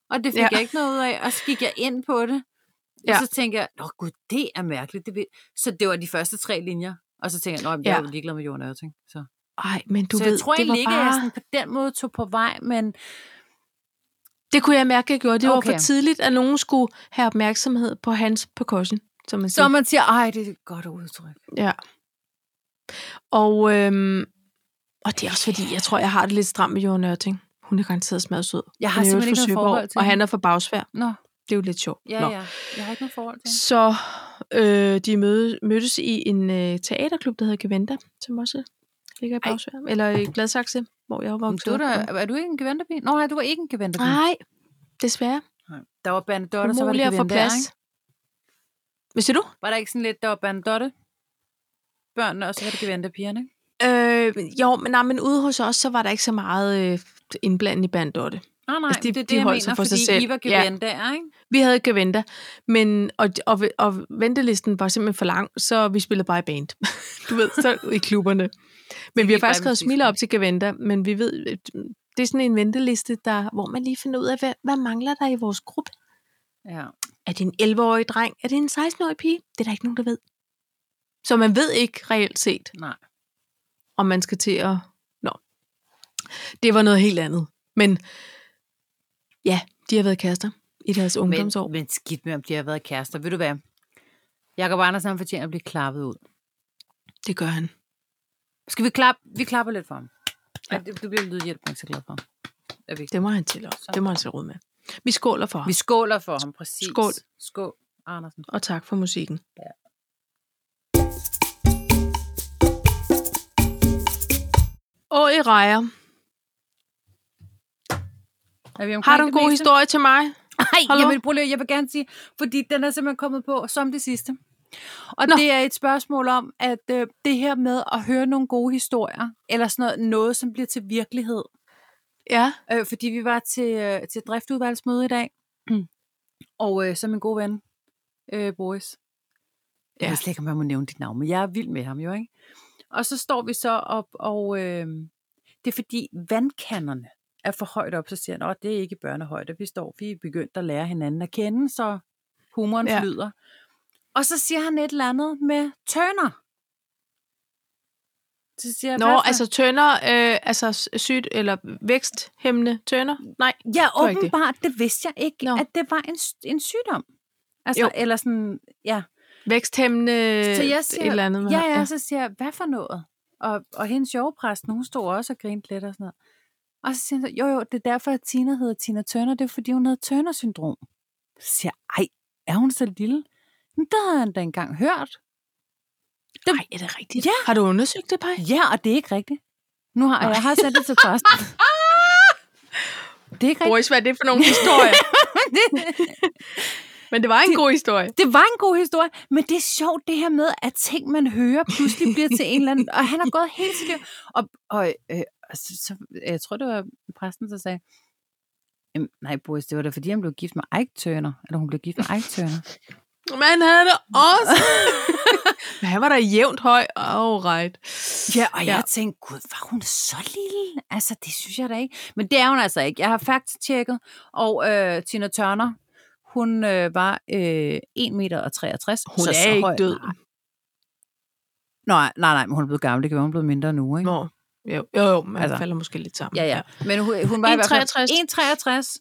S2: og det fik ja.
S1: Ja.
S2: jeg ikke noget ud af, og så gik jeg ind på det. Ja.
S1: Ja.
S2: Og så tænkte jeg, åh gud, det er mærkeligt. Det vil... Så det var de første tre linjer. Og så tænkte jeg, nå, men jeg
S1: Ja.
S2: er jo ligeglad med Jorden Ørting. Så,
S1: Ej, men du
S2: så
S1: ved,
S2: jeg tror
S1: det
S2: egentlig
S1: var
S2: ikke, at
S1: bare...
S2: jeg sådan på den måde tog på vej, men
S1: Det kunne jeg mærke, jeg gjorde. Det okay.
S2: Okay.
S1: var for tidligt, at nogen skulle have opmærksomhed på hans percussion, som man
S2: så
S1: siger.
S2: man siger, ej, det er et godt udtryk.
S1: Ja. Og, øhm, og det er også fordi, jeg tror, jeg har det lidt stramt med Jørgen Ørting. Hun er garanteret smadsød.
S2: Jeg har
S1: Hun er jo
S2: simpelthen ikke
S1: fra
S2: noget
S1: Søborg,
S2: forhold til
S1: Og han
S2: hende.
S1: er fra Bagsvær.
S2: Nå,
S1: Det er jo lidt sjovt.
S2: ja,
S1: Nå.
S2: ja. Jeg har ikke noget forhold til hende.
S1: Så øh, de møde, mødtes i en øh, teaterklub, der hedder Gevenda, som også ligger i
S2: Ej.
S1: Bagsvær. Eller i Gladsaxe, hvor jeg var
S2: Men
S1: vokset
S2: Du er,
S1: op.
S2: der, er du ikke en geventerbi? Nå, nej, du var ikke en geventerbi.
S1: Nej, desværre.
S2: Der var bandotte, så var det
S1: Umuligt at få
S2: geventer,
S1: plads.
S2: ikke?
S1: Hvad siger du?
S2: Var der ikke sådan lidt, der var bandotte? Børnene, og så var det geventerpigerne, ikke?
S1: Øh, jo, men, nej, men ude hos os, så var der ikke så meget øh, indblanding i Bandotte.
S2: Nej, nej,
S1: Altså, de-
S2: det er det,
S1: de
S2: jeg
S1: holdt sig
S2: mener,
S1: for sig
S2: fordi
S1: selv.
S2: I var
S1: Ja.
S2: geventer, ikke?
S1: Vi havde ikke venter, men, og, og, og ventelisten var simpelthen for lang, så vi spillede bare i band. [laughs] du ved, så i klubberne. Men vi har
S2: bare
S1: faktisk skrevet
S2: musik,
S1: smiler
S2: ja.
S1: op til Gaventa, men vi ved, øh, det er sådan en venteliste, der, hvor man lige finder ud af, hvad, hvad mangler der i vores gruppe?
S2: Ja.
S1: Er det en 11-årig dreng? Er det en 16-årig pige? Det er der ikke nogen, der ved. Så man ved ikke reelt set,
S2: Nej.
S1: om man skal til at... Nå. Det var noget helt andet. Men ja, de har været kærester i deres ungdomsår.
S2: Men, men skidt med, om de har været kærester. Ved du hvad? Jakob Andersen han fortjener at blive klappet ud.
S1: det gør han.
S2: Skal vi klappe? Vi klapper lidt for ham. Ja.
S1: Ja.
S2: Ej, det, det bliver lydhjælp, jeg er ikke så glad for. Er vi, ikke?
S1: Det må han til også. Det må han til råd med. Vi skåler for ham,
S2: vi skåler for ham, præcis.
S1: Skål.
S2: Skål, Andersen.
S1: og tak for musikken. Åh, i rejer.
S2: Er vi omkring
S1: Har du en
S2: det
S1: god
S2: meste?
S1: historie til mig?
S2: Nej,
S1: Hallo?
S2: jamen, prøv lige, jeg vil gerne sige, fordi den er simpelthen kommet på som det sidste. Og
S1: Nå.
S2: Nå. det er et spørgsmål om, at øh, det her med at høre nogle gode historier, eller sådan noget, noget som bliver til virkelighed.
S1: Ja.
S2: Øh, fordi vi var til, øh, til driftudvalgsmøde i dag,
S1: Mm.
S2: og øh, så min gode ven, øh, Boris. Jeg
S1: Ja.
S2: ved slet ikke, om jeg må nævne dit navn, men jeg er vild med ham jo, ikke? Og så står vi så op, og øh, det er fordi vandkanderne er for højt op, så siger han, at det er ikke i børnehøjde, vi står, vi er begyndt at lære hinanden at kende, så humoren
S1: Ja.
S2: ja. flyder. Og så siger han et eller andet med tønder. Så siger jeg,
S1: Nå,
S2: "Hvad for-
S1: altså tønder, øh, altså s- sygt eller væksthæmmende tønder? Nej.
S2: Ja,
S1: var ikke det.
S2: åbenbart, det vidste jeg ikke,
S1: Nå.
S2: no. at det var en, s- en sygdom. Altså,
S1: Jo.
S2: jo. eller sådan, ja.
S1: Væksthæmmende
S2: Så jeg
S1: et
S2: siger-
S1: eller andet. man
S2: Ja,
S1: har-
S2: ja, så siger jeg, hvad for noget? Og, og hendes sjovepræsten, hun stod også og grinte lidt og sådan noget. Og så siger hun så, jo jo, det er derfor, at Tina hedder Tina Turner, det er fordi, hun havde Turner-syndrom. Så siger jeg, ej, er hun så lille? Men det havde han da engang hørt.
S1: Dem. Ej, er det rigtigt?
S2: Ja.
S1: Har du undersøgt det, Paj?
S2: Ja, og det er ikke rigtigt. Nu har, jeg har sendt det til Karsten. det er ikke rigtigt.
S1: Boris, hvad er det [laughs] for nogle historier?
S2: [laughs]
S1: Men det var en god historie.
S2: Det var en god historie, men det er sjovt det her med, at ting, man hører, pludselig bliver til en eller anden, og han har gået hele sit liv. Og, og øh, og så, så, jeg tror, det var præsten, der sagde, "Jamen, nej, Boris, det var da fordi, han blev gift med Ike Turner, eller hun blev gift med Ike Turner.
S1: Men han havde det [laughs] også. Men han var da jævnt høj. All right.
S2: [laughs] Ja, og jeg tænkte, gud, var hun så lille? Altså, det synes jeg da ikke. Men det er hun altså ikke. Jeg har faktisk tjekket, og øh, Tina Turner, hun øh, var øh, 1,63 meter.
S1: Hun er ikke død.
S2: Nej, nej, nej, men hun er blevet gammel. Det kan være, hun er blevet mindre nu, ikke?
S1: Nå. Jo, jo, jo men altså.
S2: Altså.
S1: falder måske lidt sammen.
S2: Ja, ja. Men hun, hun var i hvert fald
S1: 1,63.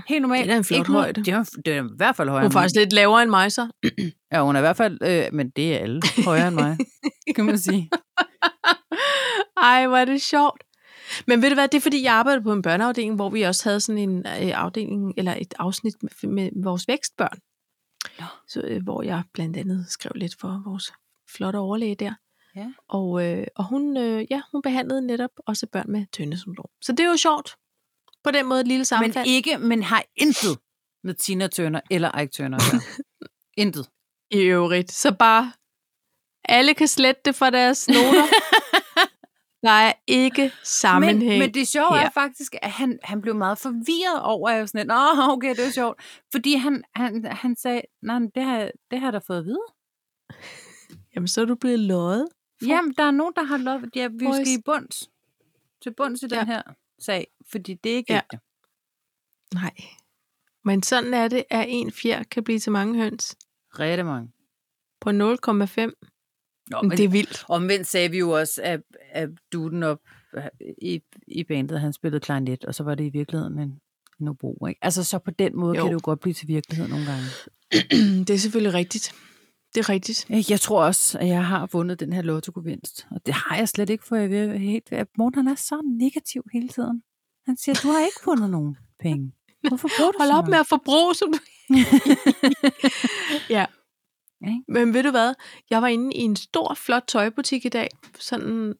S2: 1,63. Helt normalt.
S1: Det er da en flot
S2: Ikke noget-
S1: højde.
S2: Det er, jo- det er i hvert fald højere
S1: Hun er
S2: end mig.
S1: faktisk lidt lavere end mig, så.
S2: Ja, hun er i hvert fald, øh, men det er alle højere end
S1: [laughs]
S2: mig, kan man sige.
S1: Ej, hvor er det sjovt. Men ved du hvad, det er fordi, jeg arbejdede på en børneafdeling, hvor vi også havde sådan en øh, afdeling, eller et afsnit med, med vores vækstbørn.
S2: Nå.
S1: Så, øh, hvor jeg blandt andet skrev lidt for vores flotte overlæge der.
S2: Ja.
S1: Og, øh, og hun, øh, ja, hun behandlede netop også børn med tøndesyndrom. Så det er jo sjovt. På den måde et lille
S2: Men
S1: sammenfald.
S2: ikke, men har intet med Tina Turner eller Ike Turner.
S1: [laughs]
S2: at gøre. intet.
S1: i øvrigt. Så bare, alle kan slette det fra deres
S2: [laughs]
S1: noter. Der er ikke
S2: Men,
S1: sammenhæng.
S2: men det sjove
S1: her.
S2: er faktisk, at han, han blev meget forvirret over, at jeg var sådan, Nå, okay, det var sjovt. Fordi han, han, han sagde, nej, men det har, jeg- det har jeg da fået at vide.
S1: Jamen, så er du blevet løjet. For-
S2: Jamen, der er nogen, der har lov. Ja, vi
S1: Boys.
S2: skal i bunds. Til bunds i den
S1: Ja.
S2: her sag. Fordi det er ikke
S1: Ja.
S2: ægte.
S1: Nej. Men sådan er det, at en fjer kan blive til mange høns
S2: Rigtig mange.
S1: på 0,5. Men
S2: Nå, men
S1: det
S2: det...
S1: er vildt. [clears throat]
S2: Omvendt sagde vi jo også, at, at duden op øh, i, i bandet, han spillede klarinet, og så var det i virkeligheden en, en obo, ikke? Altså, så på den måde
S1: Jo.
S2: jo. kan det jo godt blive til virkelighed nogle gange.
S1: det er selvfølgelig rigtigt. Det er rigtigt.
S2: Øh, Jeg tror også, at jeg har vundet den her lottogevinst, og det har jeg slet ikke, for jeg er helt... at Morten, han er så negativ hele tiden. Han siger, du har ikke vundet nogen penge. Hvorfor bruger du
S1: Hold
S2: så
S1: op
S2: meget?
S1: med at forbruge, som
S2: [laughs]
S1: du... ja.
S2: Ja, ikke?
S1: Men ved du hvad? Jeg var inde i en stor, flot tøjbutik i dag. Sådan...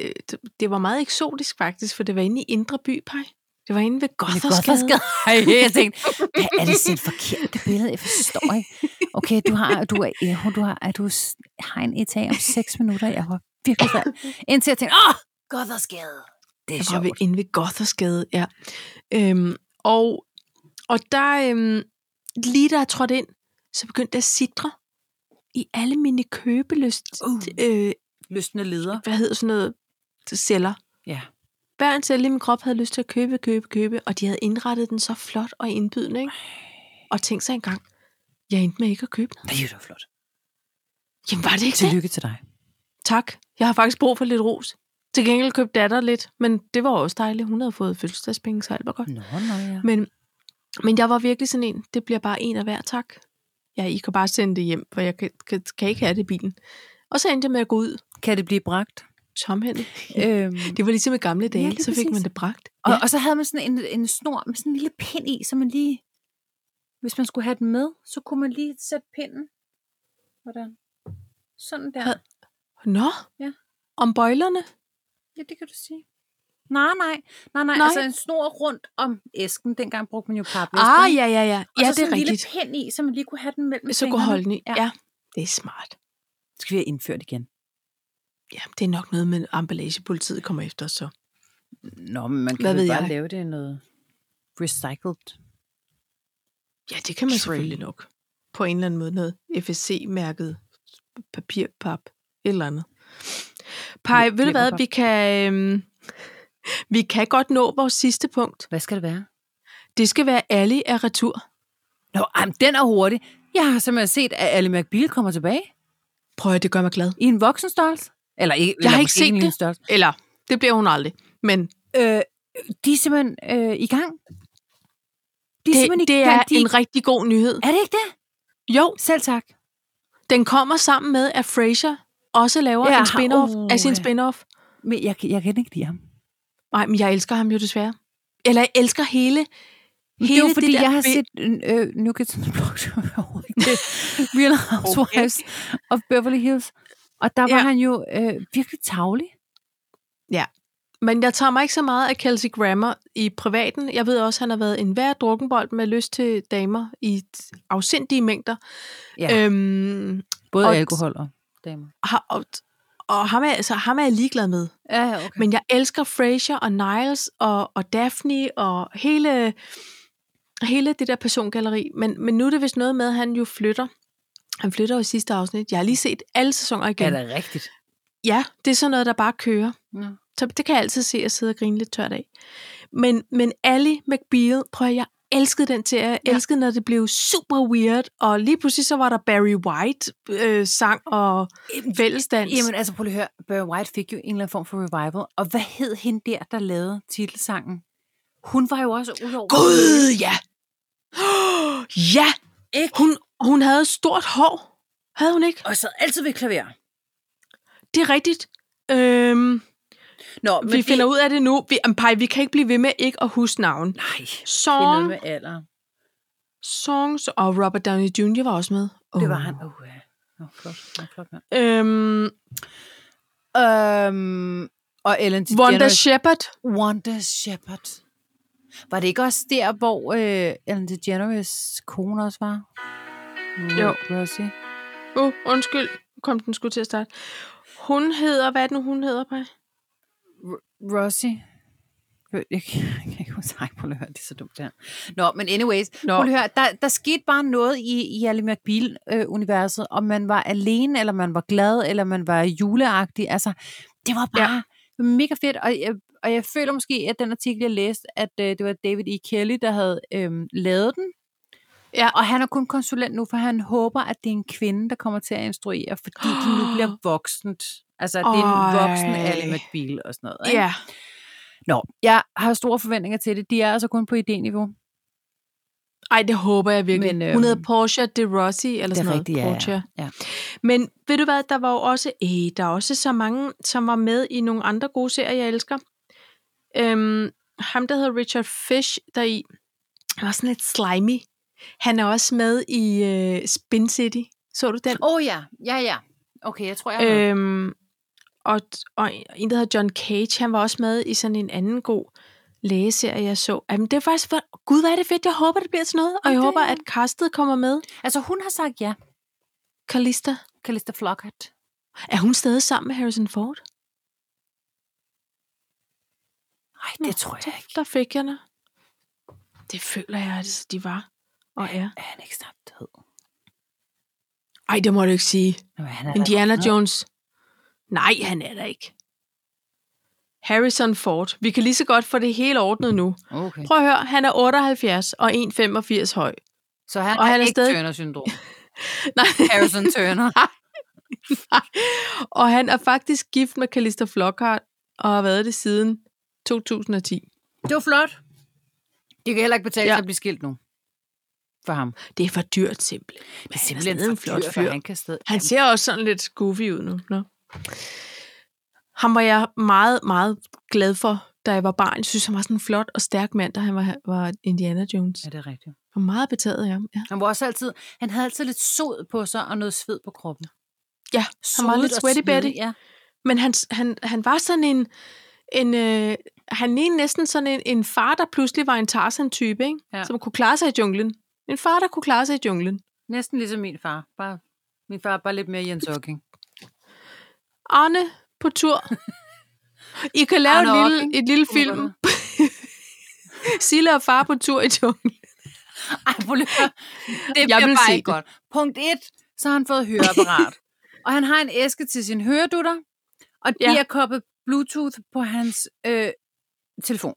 S1: Øh, det- Det var meget eksotisk faktisk, for det var inde i Indre By, Paj. Det var inde ved Goddersgade.
S2: [laughs] Ej, jeg tænkte, hvad er [laughs] det sådan et forkert billede? Jeg forstår ikke. Okay, du har, du er, ja, du har, du s- har en etage om 6 minutter. Jeg var virkelig vred. Indtil jeg tænkte, åh, Goddersgade. Det er
S1: Jeg var ved,
S2: sjovt.
S1: inde ved Gothersgade, ja. Øhm, og, og der, øhm, lige da jeg trådte ind, så begyndte jeg at sidre i alle mine købeløst,
S2: Uh.
S1: øh,
S2: Lystende leder.
S1: hvad hedder sådan noget, celler.
S2: Ja.
S1: Hver en celle i min krop havde lyst til at købe, købe, købe, og de havde indrettet den så flot og indbydende, ikke? Og tænk sig engang, jeg endte med ikke at købe noget.
S2: Det er jo da flot.
S1: Jamen var det ikke det?
S2: Tillykke til dig.
S1: Tak. Jeg har faktisk brug for lidt ros. Til gengæld købte datter lidt, men det var også dejligt. Hun havde fået fødselsdagspenge, så alt var godt.
S2: Nå, nå, ja.
S1: Men, men jeg var virkelig sådan en, det bliver bare en af hver, tak. Ja, I kan bare sende det hjem, for jeg kan, kan, kan ikke have det i bilen. Og så endte jeg med at gå ud
S2: Kan det blive bragt?
S1: tomhændet.
S2: Øhm.
S1: Det var ligesom i gamle dage,
S2: Ja,
S1: ja,
S2: lige
S1: så fik
S2: præcis.
S1: man det bragt.
S2: Og, ja. og så havde man sådan en, en snor med sådan en lille pind i, som man lige... Hvis man skulle have den med, så kunne man lige sætte pinden. Hvordan? Sådan der.
S1: Nå,
S2: Ja.
S1: om bøjlerne.
S2: Ja, det kan du sige. Nej, nej. Nej, nej.
S1: Nej.
S2: Altså en snor rundt om æsken. Dengang brugte man jo papvæsken.
S1: Ah,
S2: ikke?
S1: ja, ja, ja.
S2: Og
S1: Ja,
S2: så
S1: det er
S2: sådan en
S1: rigtigt.
S2: lille pind i, så man lige kunne have den mellem
S1: Så kunne
S2: fingrene.
S1: holde den i.
S2: Ja.
S1: Ja, det er smart.
S2: Skal vi have indført igen?
S1: Ja, det er nok noget med emballagepolitiet kommer efter os så.
S2: Nå, men man kan
S1: Hvad
S2: vel
S1: ved
S2: bare
S1: jeg?
S2: lave det i noget recycled.
S1: Ja, det kan man
S2: True.
S1: selvfølgelig nok. På en eller anden måde noget FSC-mærket papirpap, et eller andet. Pej, ved du hvad,
S2: Glimmerpap.
S1: vi kan, øhm, vi kan godt nå vores sidste punkt.
S2: Hvad skal det være?
S1: Det skal være alle er retur.
S2: Nå, jamen, den er hurtig. Jeg har simpelthen set, at Ali McBeal kommer tilbage
S1: Prøv at det gør mig glad.
S2: i en voksenstørrelse. Eller, ikke, eller
S1: har ikke
S2: måske
S1: set
S2: en lille
S1: det.
S2: Størrelse.
S1: Eller, det bliver hun aldrig. Men
S2: Øh, de er simpelthen øh, i gang. De er simpelthen
S1: det, det
S2: i
S1: er
S2: gang. De,
S1: en rigtig god nyhed.
S2: er det ikke det?
S1: Jo,
S2: Selv tak.
S1: den kommer sammen med, at Frasier også laver
S2: Ja,
S1: en spin-off
S2: uh,
S1: af sin
S2: ja.
S1: spin-off.
S2: Men jeg, jeg kan ikke lide ham.
S1: Nej, men jeg elsker ham jo desværre. Eller jeg elsker hele...
S2: Men
S1: hele
S2: det er jo, fordi
S1: der
S2: jeg har
S1: ved-
S2: set øh, New Kids on the Block, som jeg overhovedet ikke kendte. Real Housewives of Beverly Hills. Og der var
S1: Ja.
S2: han jo øh, virkelig tavlig.
S1: Men jeg tager mig ikke så meget af Kelsey Grammer i privaten. Jeg ved også, at han har været en hver drukkenbold med lyst til damer i t- afsindige mængder.
S2: Ja.
S1: Øhm,
S2: Både
S1: Og-
S2: alkohol og damer.
S1: har- og, og ham, er, altså, ham er jeg ligeglad med.
S2: Ja, ja, okay.
S1: Men jeg elsker Frasier og Niles og, og Daphne og hele, hele det der persongalleri. Men, men nu er det vist noget med, at han jo flytter. Han flytter jo i sidste afsnit. Jeg har lige set alle sæsoner igen.
S2: det rigtigt?
S1: Ja, det er sådan noget, der bare kører.
S2: Ja.
S1: Så det kan jeg altid se at sidde og grine lidt tørt af. Men, men Ali McBeal, prøv at jeg elskede den til. Jeg
S2: Ja.
S1: elskede, når det blev super weird. Og lige pludselig så var der Barry White øh, sang og fællesdans.
S2: Jamen altså, prøv lige at høre. Barry White fik jo en eller anden form for revival. Og hvad hed hende der, der lavede titelsangen? Hun var jo også udover...
S1: Gud, ja! [gasps] Ja! Hun, hun havde stort hår. Havde hun ikke?
S2: Og sad altid ved klaver.
S1: Det er rigtigt. Øhm,
S2: Nå,
S1: vi finder ud af det nu. Vi, ampej, vi kan ikke blive ved med ikke at huske navn.
S2: Nej, det er noget
S1: Song,
S2: med alder.
S1: songs, og Robert Downey Jr. var også med. Oh.
S2: Det var han. Oh, ja. Nå, flot. Nå, flot mand.
S1: Øhm,
S2: Øhm, og Ellen
S1: Wanda Shepard.
S2: Wanda Shepard. Var det ikke også der, hvor øh, Ellen DeGeneres kone også var?
S1: Jo.
S2: Rosie.
S1: Uh, undskyld. Nu kom den skulle til at starte. Hun hedder, hvad er det nu, hun hedder, Paj?
S2: Rossi. Jeg, jeg, jeg kan [laughs] ikke huske, Ej, prøv lige at høre, det er så dumt det her. Nå, men anyways, Nå.
S1: Nå.
S2: prøv lige at høre, der, der skete bare noget i, i Ali McBeal-universet, om man var alene, eller man var glad, eller man var juleagtig, altså, det var bare ja. mega fedt, og jeg, og jeg føler måske, at den artikel, jeg læste, at øh, det var David E. Kelly, der havde øh, lavet den,
S1: Ja.
S2: og han er kun konsulent nu, for han håber, at det er en kvinde, der kommer til at instruere, fordi de nu bliver voksent. Altså, at det er en voksen
S1: Ej.
S2: Ali McBeal og sådan noget. Ikke?
S1: Ja.
S2: Nå, jeg har store forventninger til det. De er altså kun på idéniveau.
S1: Ej, det håber jeg virkelig.
S2: Men,
S1: Men,
S2: øhm,
S1: øhm, hun hedder Portia de Rossi, eller
S2: det er
S1: sådan noget.
S2: rigtigt, ja, ja.
S1: Portia.
S2: Ja.
S1: Men ved du hvad, der var jo også, øh, der er også så mange, som var med i nogle andre gode serier, jeg elsker. Øhm, ham, der hedder Richard Fish, der i, han var sådan lidt slimy. Han er også med i øh, Spin City. Så du den?
S2: Åh oh, ja, ja, ja. Okay, jeg tror, jeg har øh,
S1: Øhm, og, og en, der hedder John Cage, han var også med i sådan en anden god lægeserie, jeg så. Jamen, det er faktisk... For... Gud, hvor er det fedt. Jeg håber, det bliver til noget. Og jeg
S2: det-
S1: håber, at castet kommer med.
S2: Altså, hun har sagt ja.
S1: Kalista.
S2: Calista Flockhart.
S1: Er hun stadig sammen med Harrison Ford?
S2: Nej,
S1: Nå,
S2: det tror jeg ikke.
S1: Der fik jeg den. Det føler jeg, at de var og er.
S2: Er han ikke snart død?
S1: Ej, det må du ikke sige.
S2: Nå, men han er da-
S1: Indiana
S2: Nå.
S1: Jones. Nej, han er der ikke. Harrison Ford. Vi kan lige så godt få det hele ordnet nu.
S2: Okay.
S1: Prøv at høre, han er 78 og 1,85 høj.
S2: Så han,
S1: og han er
S2: ikke
S1: stadig-
S2: [laughs] Turner-syndrom.
S1: Nej.
S2: Harrison Turner.
S1: og han er faktisk gift med Calista Flockhart og har været det siden 2010.
S2: [laughs] det var flot. De kan heller ikke betale ja.
S1: Ja.
S2: sig at blive skilt nu. For ham. Altså,
S1: Det er for dyrt simpelthen. Men
S2: Det er
S1: han
S2: simpelthen
S1: stadig
S2: en flot fyr. Han kan stadig...
S1: Han ser også sådan lidt goofy ud nu. Nå. Ham var jeg meget, meget glad for, da jeg var barn. Jeg synes, han var sådan en flot og stærk mand, da han var, var Indiana Jones.
S2: Ja,
S1: Jeg
S2: det er rigtigt.
S1: var meget betaget af ham. Ja.
S2: Han var også altid... Han havde altid lidt sod på sig og noget sved på kroppen.
S1: ja, han var
S2: Sodet
S1: lidt
S2: og
S1: sweaty
S2: svedig,
S1: Betty.
S2: Ja.
S1: Men han, han, han var sådan en... en, øh, han lignede næsten sådan en, en far, der pludselig var en Tarzan-type, ikke?
S2: Ja.
S1: Ja. som kunne klare sig i junglen. En far, der kunne klare sig i junglen.
S2: Næsten ligesom min far. Bare, min far er bare lidt mere Jens Hocking.
S1: Arne på tur. I kan lave
S2: Arne
S1: et
S2: Ocking.
S1: lille, et lille film. [laughs] Silla og far på tur i junglen.
S2: [laughs] Ej, prøv lige at høre. [laughs] Det
S1: Jeg
S2: bliver
S1: vil
S2: bare
S1: se
S2: ikke godt. Punkt 1, så har han fået [laughs] høreapparat. og han har en æske til sin høredutter, og de
S1: Ja.
S2: er koppet Bluetooth på hans øh, telefon.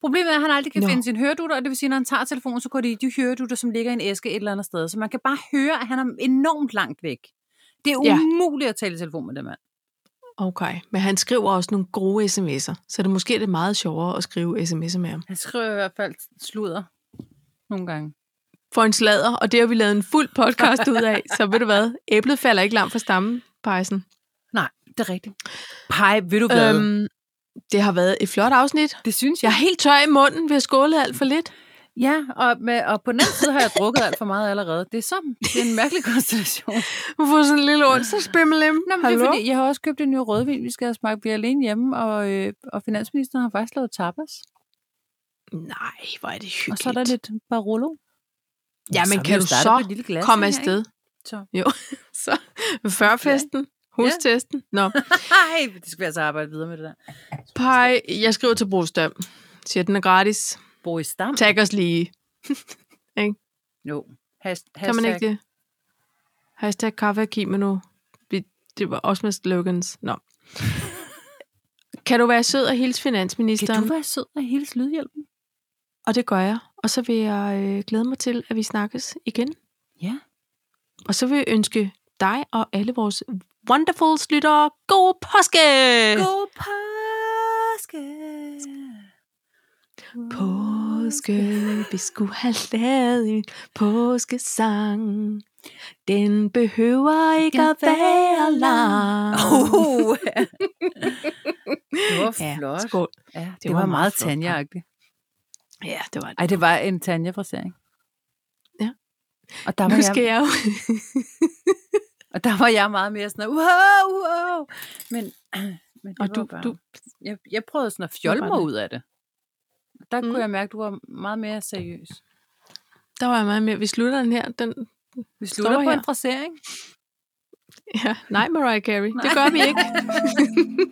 S2: Problemet er, at han aldrig kan
S1: Nå.
S2: no. finde sin høredutter, og det vil sige, at når han tager telefonen, så går det i de høredutter, som ligger i en æske et eller andet sted. Så man kan bare høre, at han er enormt langt væk. Det er
S1: Ja.
S2: umuligt at tale i telefon med den mand.
S1: Okay, men han skriver også nogle gode sms'er, så det er måske det meget sjovere at skrive sms'er med ham.
S2: Han skriver i hvert fald sludder nogle gange.
S1: For en slader, og det har vi lavet en fuld podcast ud af, så ved du hvad, æblet falder ikke langt fra stammen, Pejsen.
S2: Nej, det er rigtigt. Pej, ved du hvad? Øhm,
S1: det har været et flot afsnit.
S2: det synes
S1: Jeg er helt tør i munden, vi har skålet alt for lidt.
S2: Ja, og, med, og på den anden side har jeg drukket alt for meget allerede. Det er, så, det er en mærkelig [laughs] konstellation.
S1: Hun får sådan en lille onsdagsbimmelim.
S2: Nå, men det er fordi, jeg har også købt en ny rødvin, vi skal have smagt. Vi er alene hjemme, og, øh, og finansministeren har faktisk lavet tapas.
S1: Nej, hvor er det
S2: Og
S1: hyggeligt.
S2: så er der lidt Barolo.
S1: Ja,
S2: Så
S1: men
S2: er vi
S1: kan
S2: jo
S1: du
S2: startet på et
S1: så
S2: lille glas
S1: komme
S2: her, ikke?
S1: afsted?
S2: Så.
S1: Jo, [laughs] så førfesten, hustesten.
S2: [laughs]
S1: Nå,
S2: Ej, det skal vi altså arbejde videre med det der.
S1: pej, jeg skriver til Brostøm. Siger, den er gratis.
S2: Boris Stam?
S1: Tag os lige.
S2: Jo. Has, hashtag.
S1: Kan man ikke det? Hashtag kaffe og kimono. Vi- Det var også med slogans.
S2: [laughs]
S1: Nå. Kan du være sød og hilse
S2: Kan
S1: finansministeren?
S2: du være sød og hilse lydhjælpen?
S1: Og det gør jeg. Og så vil jeg øh, glæde mig til, at vi snakkes igen.
S2: Ja.
S1: Og så vil jeg ønske dig og alle vores wonderful lyttere god påske!
S2: God påske.
S1: Påske, vi skulle have lavet en påskesang. Den behøver ikke at være lang.
S2: [laughs] Oh, ja. det var
S1: Ja,
S2: flot.
S1: skål.
S2: Ja, det,
S1: Det
S2: det var,
S1: var
S2: var
S1: meget
S2: meget
S1: flot, ja.
S2: Tanja-agtigt.
S1: Ja, det var det.
S2: Ej, det var en Tanja-frasering.
S1: Ja.
S2: Og der, var
S1: Nu skal
S2: jeg,
S1: jeg jo...
S2: og der var jeg meget mere sådan, wow, wow. Men, [clears throat] men det
S1: Og
S2: var
S1: du,
S2: bare,
S1: du,
S2: jeg, jeg prøvede sådan at fjolle
S1: var
S2: mig
S1: det.
S2: ud af det. Og Der mm.
S1: Mm.
S2: kunne jeg mærke, at du var meget mere seriøs.
S1: der var jeg meget mere. Vi slutter den her. Den,
S2: Vi slutter
S1: Stopper
S2: på en
S1: her.
S2: frasering.
S1: ja. Nej, Mariah Carey. Det gør vi ikke.